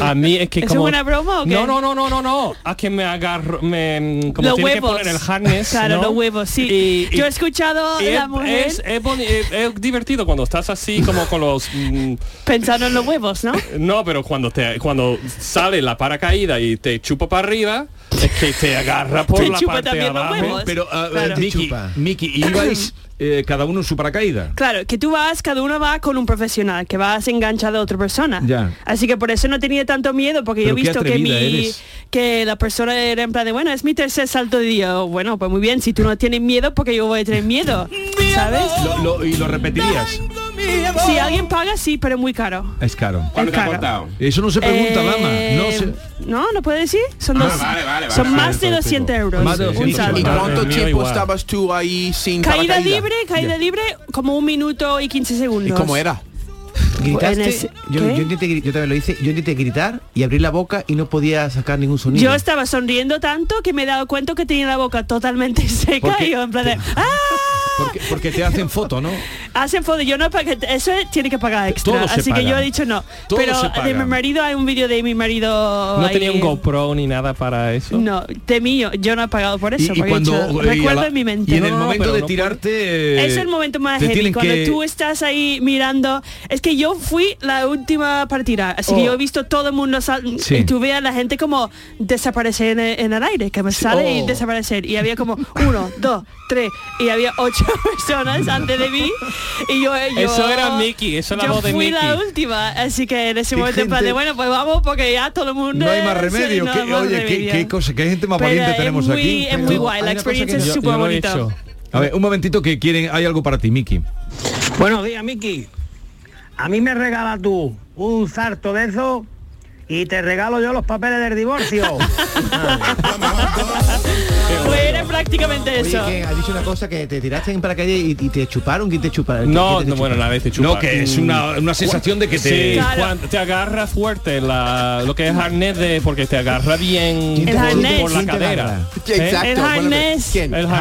a mí es que ¿Eso como... es una broma o qué? No, no, no, no, no, no. A que me agarro, me... Como los tiene que huevos. poner el harness, <laughs> Claro, ¿no? los huevos, sí. Y- y- Yo he escuchado Y la es, mujer es- es boni- es- es divertido cuando estás así como con los... mm, pensando en los huevos, ¿no? <laughs> no, pero cuando te cuando sale la paracaída y te chupa para arriba, es que te agarra por la parte de abajo. Pero, ah, eh, Claro. Miki, Te chupa. Miki, ¿y ibais eh, cada uno en su paracaídas? Claro, que tú vas, cada uno va con un profesional, que vas enganchado a otra persona. Ya. Así que por eso no tenía tanto miedo, porque yo he Pero qué visto que mi atrevida eres. que la persona era en plan de, bueno, es mi tercer salto de día. O, Bueno, pues muy bien, si tú no tienes miedo, porque yo voy a tener <laughs> miedo, ¿sabes? Lo- lo- ¿Y lo repetirías? Si alguien paga, sí, pero muy caro. Es caro. ¿Cuánto te ha costado? Eso no se pregunta, Lama. No Eh, se... No, no puede decir. Son, Ah, dos- vale, vale, vale, son vale, más de vale, 200 vale. euros. Más de un 200 salto. ¿Y cuánto Madre mía, tiempo igual. estabas tú ahí sin Caída paracaídas? libre, caída libre, como un minuto y 15 segundos. ¿Y cómo era? Pues En Gritaste, ese- yo, ¿qué? yo intenté, gri- yo también lo hice, yo intenté gritar y abrir la boca y no podía sacar ningún sonido. Yo estaba sonriendo tanto que me he dado cuenta que tenía la boca totalmente <laughs> seca Porque- y yo en plan de, ¡ah! Porque, porque te hacen foto, ¿no? Hacen foto, yo no pagué, eso tiene que pagar extra. Todo se así que paga. yo he dicho no. Todo Pero se paga. de mi marido hay un vídeo de mi marido. No ahí. tenía un GoPro ni nada para eso. No, de mí yo, yo no he pagado por eso. Y- y porque he cuando- dicho, y a la- recuerdo en mi mente. Y en No, el no, no, momento pero de no tirarte... eh, es el momento más te heavy tienen cuando que- tú estás ahí mirando es que yo fui la última partida así que Oh. yo he visto todo el mundo sal- Sí. y tú veas a la gente como desaparecer en el, en el aire que me sale y Oh. desaparecer y había como <laughs> uno dos tres y había ocho <laughs> personas antes de mí y yo, eh, yo- Eso era Mickey, eso era la yo voz de fui la Mickey. última así que en ese Qué momento en plan de, gente- bueno pues vamos porque ya todo el mundo No hay más <laughs> sí, remedio. no qué- hay más oye, qué, remedio. qué cosa, qué gente más Pero valiente es tenemos muy- aquí. es muy guay, la experiencia es súper bonita. A ver, un momentito que quieren, hay algo para ti, Miki. Buenos días, Miki. A mí me regala tú un sarto de eso y te regalo yo los papeles del <laughs> divorcio. Pues era Oye, prácticamente eso que has dicho una cosa que te tiraste en paracaídas y, y te chuparon, ¿quién te chuparon? No, no, bueno, la vez te chupa. No, que es una- una sensación de que te- Sí, Claro. cuan- te agarra fuerte la, lo que es harnés de... Porque te agarra bien El harnés. por la ¿Quién te cadera. ¿Eh? agarra? El harnés. El harnés.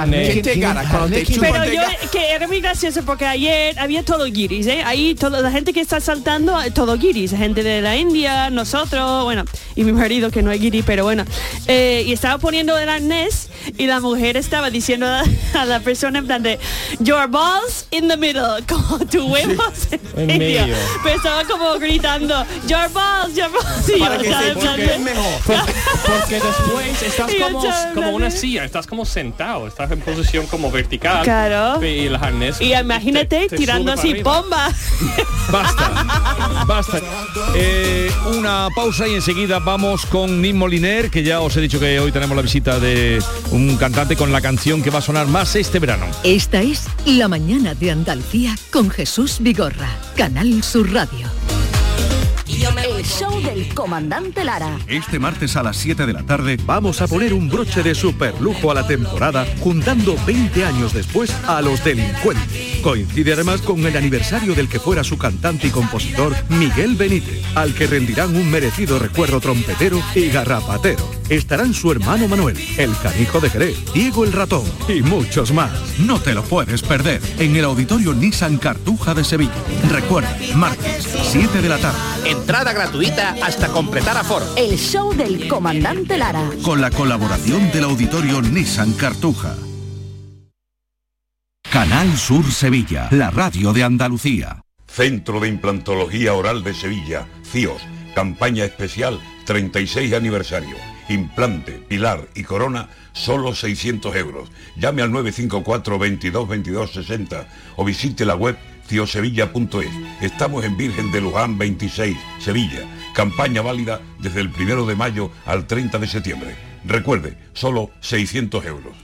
Ah, Pero yo, que era muy gracioso porque ayer había todo guiris, ¿eh? Ahí toda la gente que está saltando, eh, todo guiris, gente de la India, nosotros, bueno, y mi marido que no es guiri, pero bueno. Eh, y estaba poniendo el arnés y la mujer estaba diciendo a, a la persona en plan de, your balls in the middle, <laughs> como tu huevos en En medio. medio. Pero estaba como gritando, your balls, your balls. <laughs> Y Para yo que estaba en sepas plan que de- es <laughs> mejor. Porque- porque después estás Y yo como, estaba en como plan una de- silla, estás como sentado, estás en posición como vertical. Claro. Y el harnés. Y imagínate te sube tirando para así arriba. bombas. Basta. Eh, una pausa y enseguida vamos con Nim Moliner, que ya os he dicho que hoy tenemos la visita de un cantante con la canción que va a sonar más este verano. Esta es La mañana de Andalucía con Jesús Vigorra, Canal Sur Radio. El show del comandante Lara. Este martes a las 7 de la tarde vamos a poner un broche de superlujo a la temporada, juntando 20 años después a los delincuentes. Coincide además con el aniversario del que fuera su cantante y compositor Miguel Benítez, al que rendirán un merecido recuerdo trompetero y garrapatero. Estarán su hermano Manuel, el canijo de Jerez, Diego el ratón y muchos más. No te lo puedes perder en el auditorio Nissan Cartuja de Sevilla. Recuerda, martes, 7 de la tarde. Entrada gratuita hasta completar aforo. El show del comandante Lara. con la colaboración del auditorio Nissan Cartuja. Canal Sur Sevilla, la radio de Andalucía. Centro de Implantología Oral de Sevilla, CIOS, campaña especial 36 aniversario. Implante, pilar y corona, solo 600 euros. Llame al 954 22 22 60 o visite la web ciosevilla.es. Estamos en Virgen de Luján 26, Sevilla. Campaña válida desde el 1 de mayo al 30 de septiembre. Recuerde, solo 600 euros.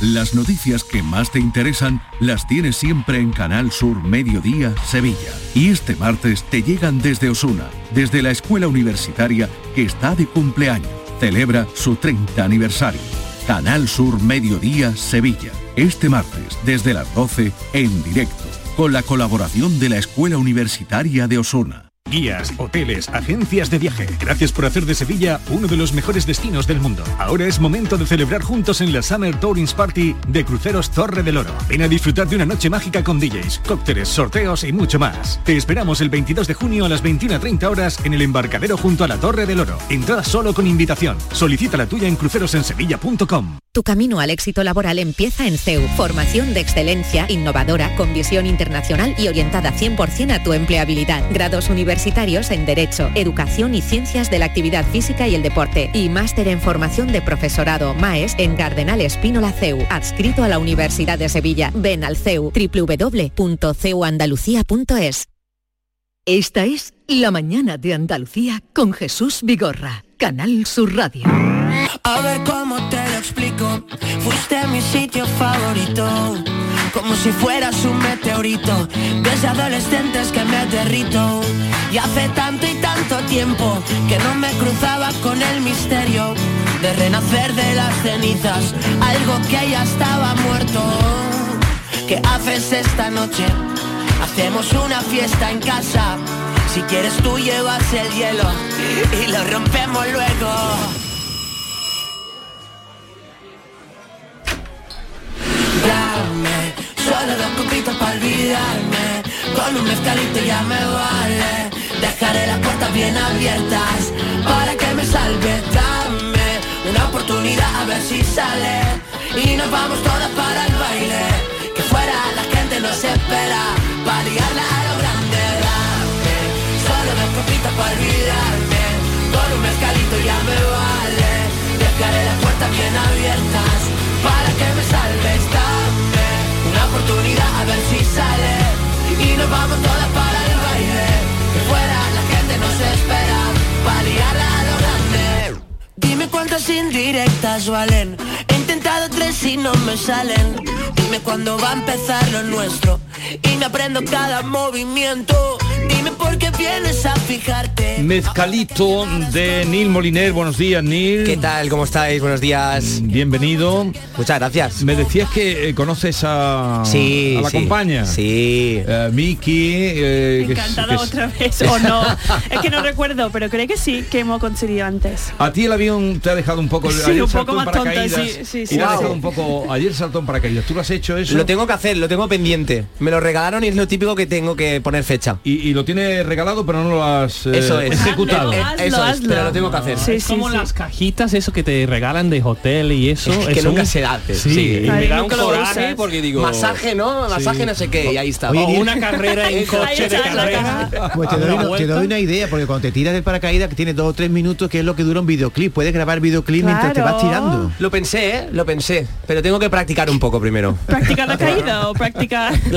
Las noticias que más te interesan las tienes siempre en Canal Sur Mediodía Sevilla. Y este martes te llegan desde Osuna, desde la escuela universitaria que está de cumpleaños. Celebra su 30 aniversario. Canal Sur Mediodía Sevilla. Este martes desde las 12 en directo, con la colaboración de la escuela universitaria de Osuna. guías, hoteles, agencias de viaje. Gracias por hacer de Sevilla uno de los mejores destinos del mundo. Ahora es momento de celebrar juntos en la Summer Tourings Party de Cruceros Torre del Oro. Ven a disfrutar de una noche mágica con DJs, cócteles, sorteos y mucho más. Te esperamos el 22 de junio a las 21.30 horas en el embarcadero junto a la Torre del Oro. Entrada solo con invitación. Solicita la tuya en crucerosensevilla.com. Tu camino al éxito laboral empieza en CEU. Formación de excelencia, innovadora, con visión internacional y orientada 100% a tu empleabilidad. Grados universitarios en Derecho, Educación y Ciencias de la Actividad Física y el Deporte. Y máster en formación de profesorado MAES en Cardenal Espínola CEU. Adscrito a la Universidad de Sevilla. Ven al CEU. www.ceuandalucía.es Esta es La Mañana de Andalucía con Jesús Vigorra, Canal Sur Radio. A ver cómo te lo explico. Fuiste mi sitio favorito. Como si fueras un meteorito. Ves adolescentes que me derrito. Y hace tanto y tanto tiempo que no me cruzaba con el misterio de renacer de las cenizas. Algo que ya estaba muerto. ¿Qué haces esta noche? Hacemos una fiesta en casa. Si quieres tú llevas el hielo y lo rompemos luego. Dame solo dos copitos para olvidarme Con un mezcalito ya me vale Dejaré las puertas bien abiertas Para que me salve Dame una oportunidad a ver si sale Y nos vamos todas para el baile Que fuera la gente nos espera Para liarla a lo grande Dame solo dos copitas para olvidarme Con un mezcalito ya me vale Dejaré las puertas bien abiertas para que me salves dame una oportunidad a ver si sale y nos vamos todas para el baile que fuera la gente nos espera para liarla a lo grande dime cuántas indirectas valen he intentado tres y no me salen dime cuándo va a empezar lo nuestro y me aprendo cada movimiento dime por qué vienes a fijarte Mezcalito de Nil Moliner. Buenos días, Nil. ¿Qué tal? ¿Cómo estáis? Buenos días. Bienvenido. Muchas gracias. Me decías que eh, conoces a, Sí, a la sí. compañía. Sí. Miki. eh, que es- que Encantada es- otra vez, o no. es que no recuerdo, pero creo que sí, que hemos conseguido antes. A ti el avión te ha dejado un poco... Sí, ayer un saltó poco en más tonta, paracaídas sí, sí, y sí. te ha Wow. dejado un poco... Ayer saltó en paracaídas. ¿Tú lo has hecho eso? Lo tengo que hacer, lo tengo pendiente. Me lo regalaron y es lo típico que tengo que poner fecha. Y, y lo tienes regalado, pero no lo has eh, Eso es. ejecutado. Eh, eh, eso es, pero lo tengo que hacer. es como las cajitas eso que te regalan de hotel y eso. Es que eso nunca un- se hace, Sí, sí. y me Ay, da un nunca lo coraje usas. porque digo... Masaje, ¿no? Masaje no sé qué, y ahí está. Oye, o Nil- una carrera en Eso, <laughs> ahí coche de está la carrera. <laughs> Pues te Una doy, una, te vuelta. doy una idea, porque cuando te tiras del paracaídas, que tienes dos o tres minutos, que es lo que dura un videoclip, puedes grabar videoclip mientras te vas tirando. Lo pensé, ¿eh? Lo pensé. Pero tengo que practicar un poco primero. ¿Practicar la caída o practicar <laughs>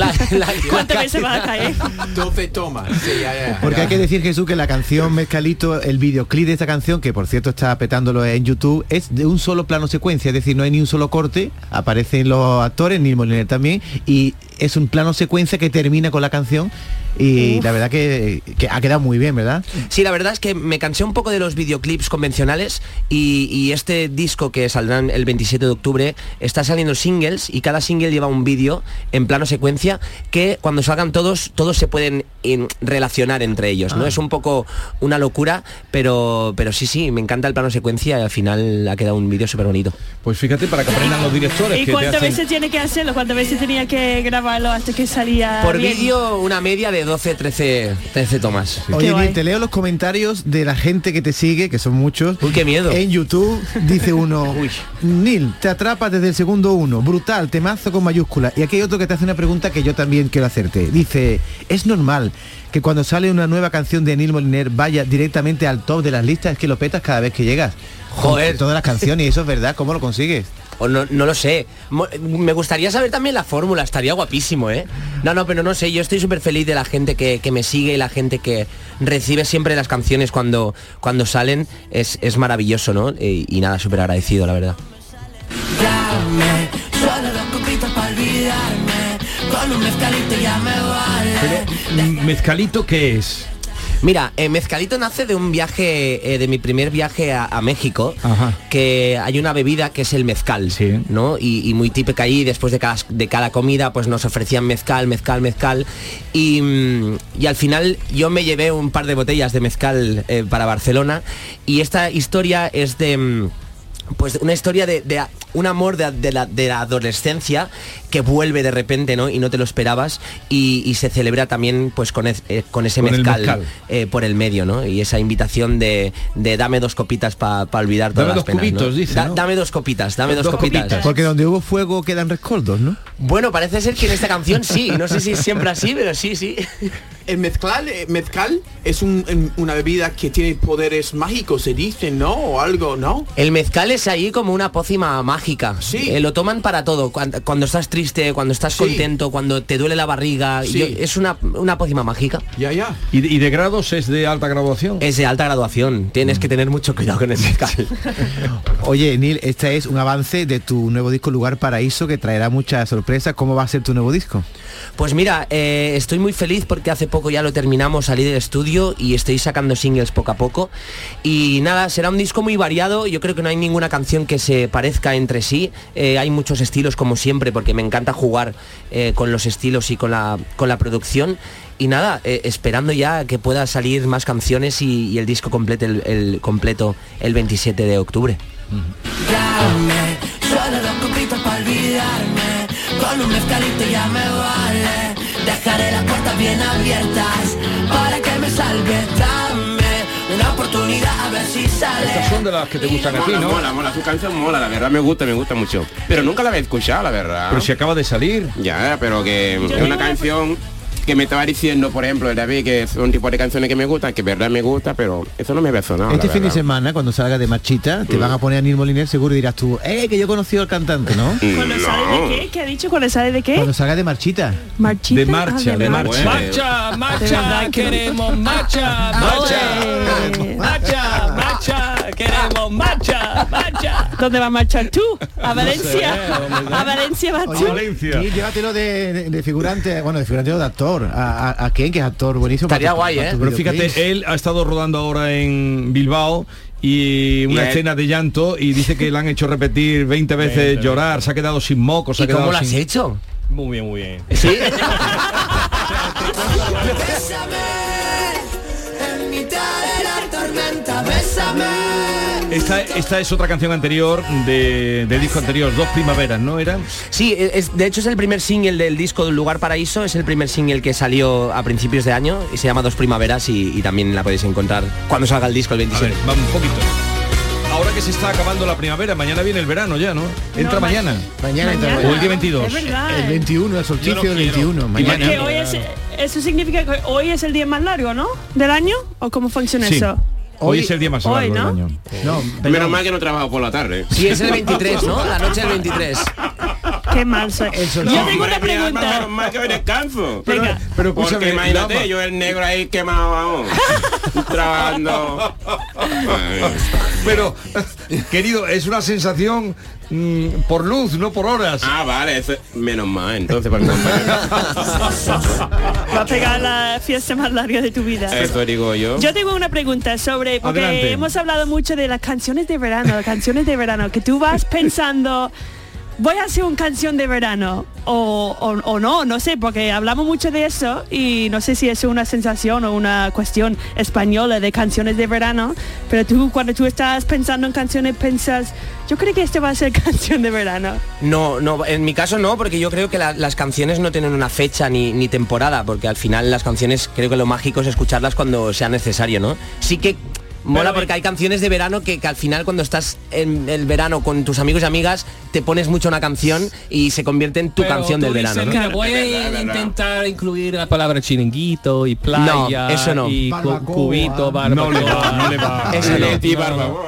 cuántas veces vas a caer? 12 tomas. Sí, ya, ya, ya. Porque hay que decir, Jesús, que la canción Mezcalito, el videoclip de esta canción, que por cierto está petándolo en YouTube, es de un solo plano secuencia, es decir, no hay ni un solo corte, aparecen los actores, Nil Moliner también, y es un plano secuencia que termina con la canción y la verdad que, que ha quedado muy bien, ¿verdad? Sí, la verdad es que me cansé un poco de los videoclips convencionales y, y este disco que saldrán el 27 de octubre está saliendo singles y cada single lleva un vídeo en plano secuencia que cuando salgan todos, todos se pueden em, relacionar entre ellos, ¿no? Ah. Es un poco una locura, pero, pero sí, sí, me encanta el plano secuencia y al final ha quedado un vídeo súper bonito. Pues fíjate, para que aprendan los directores ¿Y cuántas veces tiene que hacerlo? ¿Cuántas veces tenía que grabarlo hasta que salía Por bien? vídeo una media de 12, 13, 13 tomas. Oye, Nil, te leo los comentarios de la gente que te sigue, que son muchos. Uy, qué miedo. En YouTube dice <laughs> uno, Nil, te atrapas desde el segundo uno, brutal, temazo con mayúscula. Y aquí hay otro que te hace una pregunta que yo también quiero hacerte. Dice, ¿es normal que cuando sale una nueva canción de Nil Moliner vaya directamente al top de las listas? Es que lo petas cada vez que llegas. Joder. Todas las canciones, y eso es verdad, ¿cómo lo consigues? O no, no lo sé. Mo- Me gustaría saber también la fórmula, estaría guapísimo, ¿eh? No, no, pero no sé, yo estoy súper feliz de la gente que, que me sigue y la gente que recibe siempre las canciones cuando, cuando salen. Es, es maravilloso, ¿no? Y, y nada, súper agradecido, la verdad. Dame solo dos copitos para olvidarme Con un mezcalito ya me vale Pero, mm, ¿mezcalito qué es? Mira, eh, Mezcalito nace de un viaje, eh, de mi primer viaje a, a México, Ah. que hay una bebida que es el mezcal, ¿no? Y, y muy típica allí, después de cada, de cada comida, pues nos ofrecían mezcal, mezcal, mezcal. Y, mm, y al final yo me llevé un par de botellas de mezcal eh, para Barcelona. Y esta historia es de... mm, pues una historia de, de a- un amor de, de la, de la adolescencia que vuelve de repente, ¿no? Y no te lo esperabas y, y se celebra también pues con, es- eh, con ese Con el mezcal, mezcal. eh, por el medio, ¿no? Y esa invitación de, de dame dos copitas para olvidar todas Dame dos las penas, cubitos, ¿no? dice, Da- ¿no? Dame dos copitas, dame dos, copitas. Porque donde hubo fuego quedan rescoldos, ¿no? Bueno, parece ser que en esta canción sí, no sé si es siempre así, pero sí, sí. El mezcal, eh, mezcal es un- en- una bebida que tiene poderes mágicos, se dice, ¿no? O algo, ¿no? El mezcal es ahí como una pócima mágica. Eh, lo toman para todo. Cuan- Cuando, estás triste, cuando estás contento, cuando te duele la barriga. Sí. Yo- es una, una pócima mágica. Ya, ya. ¿Y de, y de grados es de alta graduación? Mm. Es de alta graduación. Tienes que tener mucho cuidado con el mezcal. Oye, Neil, este es un avance de tu nuevo disco Lugar Paraíso que traerá muchas sorpresas. ¿Cómo va a ser tu nuevo disco? Pues mira, eh, estoy muy feliz porque hace poco ya lo terminamos, salí del estudio y estoy sacando singles poco a poco. Y nada, será un disco muy variado, yo creo que no hay ninguna canción que se parezca entre sí, Eh, hay muchos estilos como siempre porque me encanta jugar eh, con los estilos y con la, con la producción. Y nada, eh, esperando ya que pueda salir más canciones y, y el disco complete el- el completo el 27 de octubre. Dame solo dos copitos para olvidarme Con un mezcalito ya me vale Dejaré las puertas bien abiertas Para que me salve Dame una oportunidad a ver si sale Estas son de las que te gustan a ti, ¿no? Mola, mola, tu canción mola, la verdad me gusta, me gusta mucho. Pero nunca la había escuchado, la Ah. verdad. Pero si acaba de salir. Ya, pero que es una canción que me estaba diciendo, por ejemplo, el David, que es un tipo de canciones que me gustan, que verdad me gusta, pero eso no me había sonado. este la fin de verdad. semana, cuando salga de marchita, te Mm. van a poner a Neil Moliner seguro y dirás tú, ¡eh, que yo he conocido al cantante, ¿no? Cuando No. sale ¿Qué? ¿Qué ha dicho? ¿Cuándo sale de qué? Cuando salga de marchita. Marchita. De marcha, Ah, de marcha. Marcha, <laughs> marcha, queremos marcha, Ah, marcha, marcha, marcha, queremos marcha, marcha. ¿Dónde va a marchar tú? A Valencia. a Valencia vas tú. Sí, llévatelo de, de- de figurante, bueno, de figurante o de actor. ¿A, a, a quién que es actor buenísimo? para tu- ¿eh? para tu ¿eh? Pero videoclip. fíjate, él ha estado rodando ahora en Bilbao y una Y él- escena de llanto y dice que le han hecho repetir 20 veces llorar, se ha quedado sin moco, se ha ¿Y cómo quedado lo has sin- <laughs> hecho? Muy bien, muy bien. ¿Sí? Bésame En mitad de la tormenta Bésame Esta, esta es otra canción anterior de, del disco anterior, Dos Primaveras, ¿no eran? Sí, e-, es, de hecho es el primer single del disco de Lugar Paraíso, es el primer single que salió a principios de año y se llama Dos Primaveras y, y también la podéis encontrar cuando salga el disco el 27. Va un poquito. Ahora que se está acabando la primavera, mañana viene el verano ya, ¿no? Entra ma- mañana. Mañana entra O el día 22. eh. El 21, el solsticio del 21. Mañana. Que hoy es- eso significa que hoy es el día más largo, ¿no? ¿Del año? ¿O cómo funciona Sí. eso? Hoy es el día más largo Hoy, del ¿no? año. Menos mal que no trabajo por la tarde. Sí, es el 23, ¿no? La noche del 23. Qué mal soy. Yo tengo una pregunta. Menos mal que hoy descanso. Pero- Venga. pero Porque escúchame, imagínate, Lama. yo el negro ahí quemado vamos, <laughs> trabajando. Pero, querido, es una sensación mm, por luz, no por horas. Ah, vale, eso- menos mal, entonces para mi <laughs> compañero. Va a pegar la fiesta más larga de tu vida. Eso digo yo. Yo tengo una pregunta sobre, porque Adelante. hemos hablado mucho de las canciones de verano, las canciones de verano, que <laughs> tú vas pensando, voy a hacer una canción de verano, o, o- o no, no sé, porque hablamos mucho de eso y no sé si es una sensación o una cuestión española de canciones de verano, pero tú cuando tú estás pensando en canciones piensas, yo creo que esto va a ser <laughs> canción de verano. No, no, en mi caso no, porque yo creo que la- las canciones no tienen una fecha ni, ni temporada, porque al final las canciones creo que lo mágico es escucharlas cuando sea necesario, ¿no? Sí que mola porque hay canciones de verano que, que al final cuando estás en el verano con tus amigos y amigas te pones mucho una canción y se convierte en tu Pero canción tú del dices verano. ¿no? que voy a intentar incluir la palabra chiringuito y playa No, eso no. y cu- cubito, barbacoa. No le va, no le va. Eso no. Filete y No, no. barbacoa.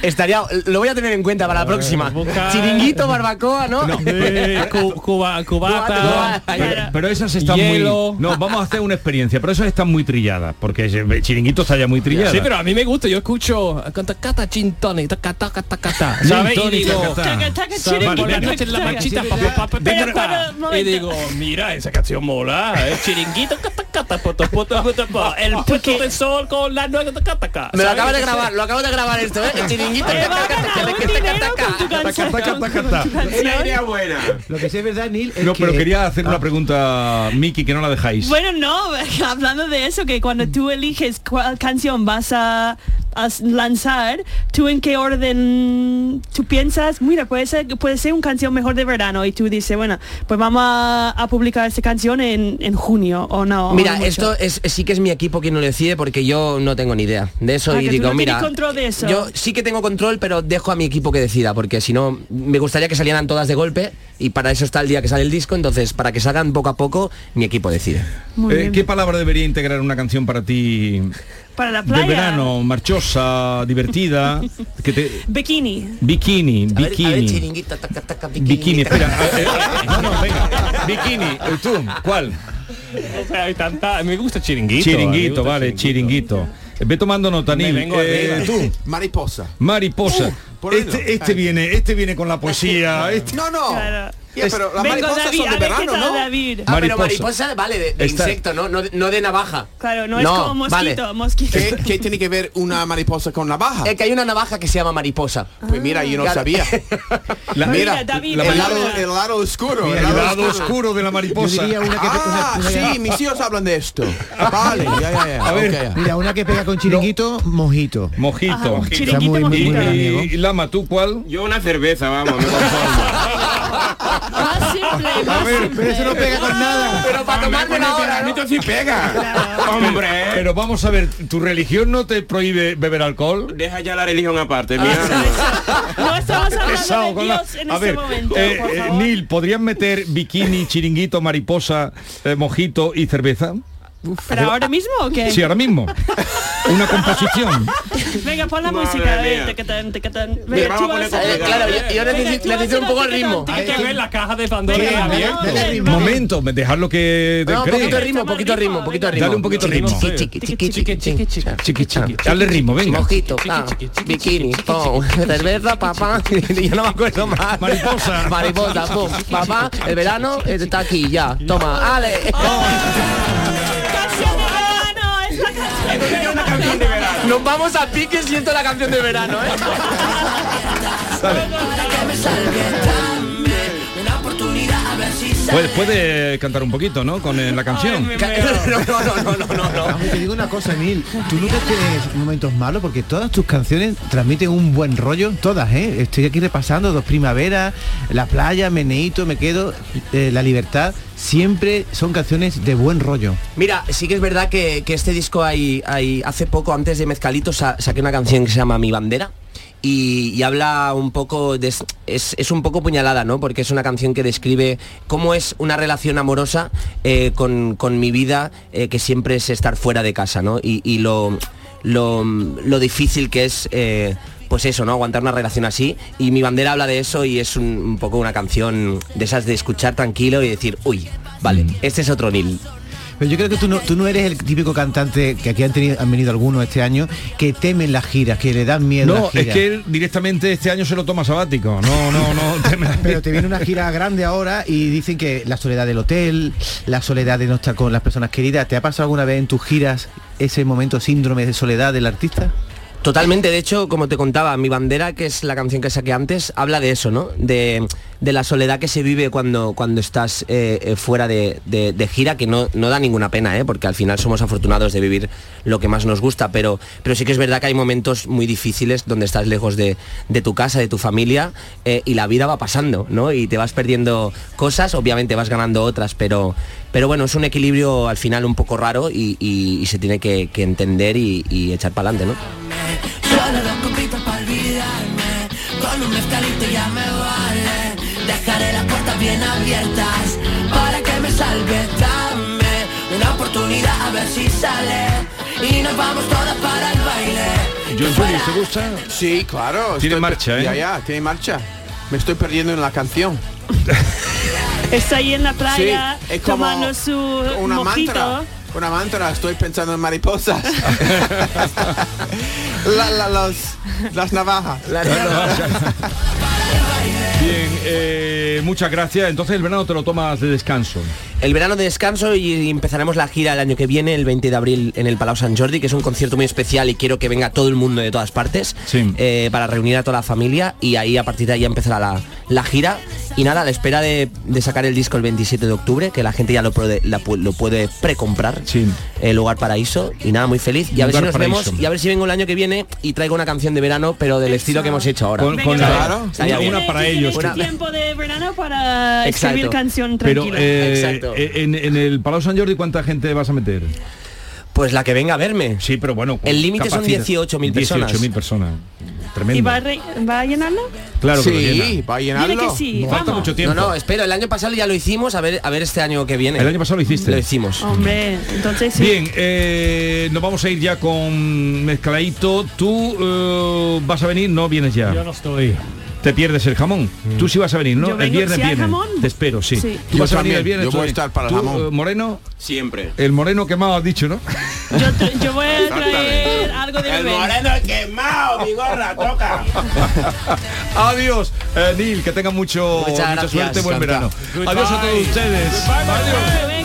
Estaría, lo voy a tener en cuenta para la próxima. Chiringuito, barbacoa, ¿no? <laughs> Eh, cu- cuba- cubata. Pero, pero esas están Hielo. muy... No, vamos a hacer una experiencia, pero esas están muy trilladas, porque el chiringuito está ya muy trillado. Sí, pero a mí me gusta, yo escucho cantacata chintone, tacata, tacata, Gin ¿sabes? Y tonic, digo, tacata. ¿sabes? por la noche en la marchita, pa, pa, pa, pa, Venga, pa, para, pa. y digo, mira, esa canción mola, el chiringuito, catacata, poto, poto, poto, poto, el puto de sol con la nueva, tacata. Ah, Me lo acabas de grabar, lo acabas de grabar esto, ¿eh? El chiringuito. idea buena. Lo que sí es verdad, Neil, es No, pero que- quería hacer Ah. una pregunta, Miki, que no la dejáis. Bueno, no, <laughs> hablando de eso, que cuando tú eliges cuál canción vas a, a lanzar, tú en qué orden tú piensas, mira, puede ser, puede ser una canción mejor de verano y tú dices, bueno, pues vamos a, a publicar esta canción en, en junio o no. o no Mira, mucho. esto es, sí que es mi equipo quien lo decide porque yo no tengo ni idea de eso Ah, y que tú digo, no tienes mira, control de eso. yo sí que tengo control, pero dejo a mi equipo que decida porque si no me gustaría que salieran todas de golpe y para eso está el día que sale el disco, entonces para que salgan poco a poco mi equipo decide. Eh, ¿Qué palabra debería integrar una canción para ti Para la de playa. verano, marchosa, divertida? que te, Bikini. bikini, A ver- a bikini. ver, chiringuito, taca, taca, bikini. Bikini, espera. eh, eh, no, no, venga. Bikini, eh, tú, ¿cuál? O sea, hay tanta, Ah, me gusta chiringuito. Chiringuito, me gusta vale, chiringuito. Eh, Ve tomando nota, Me Nil. vengo Eh, arriba. tú, Mariposa. mariposa. Uh, por ahí no. este este Ahí. viene, este viene con la poesía. este- No, no. Ya, Es- pero las Vengo, mariposas David, son a de ver qué verano, tal, ¿no? David. Ah, pero mariposa, vale, de, de Está- insecto, ¿no? No, de- no de navaja. Claro, no es como mosquito, <laughs> mosquito. ¿Qué- qué tiene que ver una mariposa con navaja? Es que hay una navaja que se llama mariposa. Pues mira, yo <laughs> no sabía. La- mira, Mira, David, la el, palabra- lado, el lado oscuro. Mira, el lado oscuro de la mariposa. Yo diría una que- ah, una- una- sí, mis hijos hablan de esto. Vale, ya, ya, <laughs> ya. A ver. ok, ya. Mira, una que pega con chiringuito, mojito. Mojito. Está muy, muy, muy veraniego. Y, y ¿eh? Lama, ¿tú cuál? Yo una cerveza, vamos, me <laughs> Más simple, más simple. eso no pega con nada. Pero para tomarme una hora, sí pega. Hombre. Pero vamos a ver, ¿tu religión no te prohíbe beber alcohol? Ah, Deja ya la religión aparte, mi hermano. No estamos hablando Pesado de con la- Dios en A este ver, momento. eh, por eh, favor. Neil, ¿podrían meter bikini, chiringuito, mariposa, eh, mojito y cerveza? ¿Pero ahora mismo o qué? Sí, ahora mismo. Una composición. Venga, pon la Madre música. mía. Venga, tacatán, tacatán. Mira, Venga, vamos tú a poner vas a- eh, complicado. Claro, yo, yo Venga, necesito, tú vas a necesito un poco el hacer ritmo. tacatán, tacatán. la caja de Pandora Venga, abierta. dale, dale, dale. Momento, me- dejarlo que No, un cree. poquito de ritmo, un poquito de ritmo, un poquito de ritmo. Dale un poquito de ritmo. Chiqui, chiqui, chiqui, chiqui, chiqui, chiqui. Chiqui, chiqui. Dale ritmo, venga. Mojito, pa, bikini, pum, cerveza, papá, <laughs> yo no me acuerdo más. Mariposa. Mariposa, <laughs> pum, papá, el verano está aquí ya, toma, ale. Oh, Nos vamos a pique siento la canción de verano, <laughs> ¿eh? Una oportunidad a ver si Puede, puede cantar un poquito, ¿no? Con eh, la canción. no, no, no, no, no, no. Aunque te digo una cosa, Neil, tú nunca tienes momentos malos porque todas tus canciones transmiten un buen rollo, todas, ¿eh? Estoy aquí repasando dos primaveras, la playa, meneito, me quedo, eh, la libertad, siempre son canciones de buen rollo. Mira, sí que es verdad que, que este disco hay, hay- hace poco, antes de Mezcalito, sa- saqué una canción que se llama Mi Bandera. Y, y habla un poco de, es- es, es un poco puñalada, ¿no? Porque es una canción que describe cómo es una relación amorosa eh, con, con mi vida, eh, que siempre es estar fuera de casa, ¿no? Y, y lo, lo, lo difícil que es, eh, pues eso, ¿no? Aguantar una relación así. Y mi bandera habla de eso y es un, un poco una canción de esas de escuchar tranquilo y decir, uy, vale, este es otro Nil. Pero yo creo que tú no, tú no eres el típico cantante que aquí han, tenido, han venido algunos este año que temen las giras, que le dan miedo. No, las es giras. que él directamente este año se lo toma sabático. No, no, <laughs> no. <laughs> Pero te viene una gira grande ahora y dicen que la soledad del hotel, la soledad de no estar con las personas queridas. ¿Te ha pasado alguna vez en tus giras ese momento síndrome de soledad del artista? Totalmente, de hecho, como te contaba, Mi Bandera, que es la canción que saqué antes, habla de eso, ¿no? De, de la soledad que se vive cuando, cuando estás eh, eh, fuera de, de- de gira, que no, no da ninguna pena, ¿eh? Porque al final somos afortunados de vivir lo que más nos gusta, pero, pero sí que es verdad que hay momentos muy difíciles donde estás lejos de, de tu casa, de tu familia, eh, y la vida va pasando, ¿no? Y te vas perdiendo cosas, obviamente vas ganando otras, pero, pero bueno, es un equilibrio al final un poco raro y, y- y se tiene que, que entender y, y echar para adelante, ¿no? Solo dos copitas para olvidarme Con un mezcalito ya me vale Dejaré las puertas bien abiertas Para que me salve Dame una oportunidad a ver si sale Y nos vamos todas para el baile Johnson, ¿te gusta? Sí, claro. Tiene estoy- marcha, ¿eh? Ya, ya, tiene marcha. Me estoy perdiendo en la canción. Está ahí en la playa Sí, es como tomando su una mojito. mantra. Una mantra, estoy pensando en <laughs> mariposas. <laughs> La- la- los- las navajas. Bien, eh, muchas gracias. Entonces el verano te lo tomas de descanso. El verano de descanso y empezaremos la gira el año que viene, el 20 de abril, en el Palau San Jordi, que es un concierto muy especial y quiero que venga todo el mundo de todas partes eh, para reunir a toda la familia y ahí a partir de ahí ya empezará la, la gira. Y nada, a la espera de, de sacar el disco el 27 de octubre, que la gente ya lo puede, la pu- lo puede precomprar, el lugar paraíso. Y nada, muy feliz. <laughs> Y a ver si Lugar nos Paraíso. vemos y a ver si vengo el año que viene y traigo una canción de verano, pero del estilo que hemos hecho ahora. Con- con ¿Sabes? la- Claro. Estaría una- bien. una para ellos. Tienes tiempo de verano Ah, para escribir canción Pero tranquila. eh, eh, en, en el Palau San Jordi, ¿cuánta gente vas a meter? Pues la que venga a verme. Sí, pero bueno. con El límite son capacidad. 18.000 personas. 18.000 personas. ¿Y Tremendo. va a, re- va a llenarlo? Claro que lo Sí, llena. va a llenarlo. Dile que sí, No Falta vamos. mucho tiempo. No, no, espera, el año pasado ya lo hicimos, a ver, a ver este año que viene. El año pasado lo hiciste. Lo hicimos. Hombre, entonces sí. Bien, eh, nos vamos a ir ya con mezcladito. Tú eh, vas a venir, no vienes ya. Yo no estoy. Mm. Te pierdes el jamón. Tú sí vas a venir, ¿no? Yo el vengo- viernes si hay vienes. jamón. Te espero, sí. Sí. Tú Yo vas a venir también, el viernes. yo voy a tú- estar para el tú, jamón. eh, Moreno, Siempre. el moreno quemado has <laughs> dicho, ¿no? Yo voy a traer algo de El beber. moreno quemado, mi gorra, toca. Adiós, eh, Neil, que tengan mucho Muchas Oh, mucha gracias, suerte, buen encantado. verano. Goodbye. Adiós a todos ustedes. Hasta luego.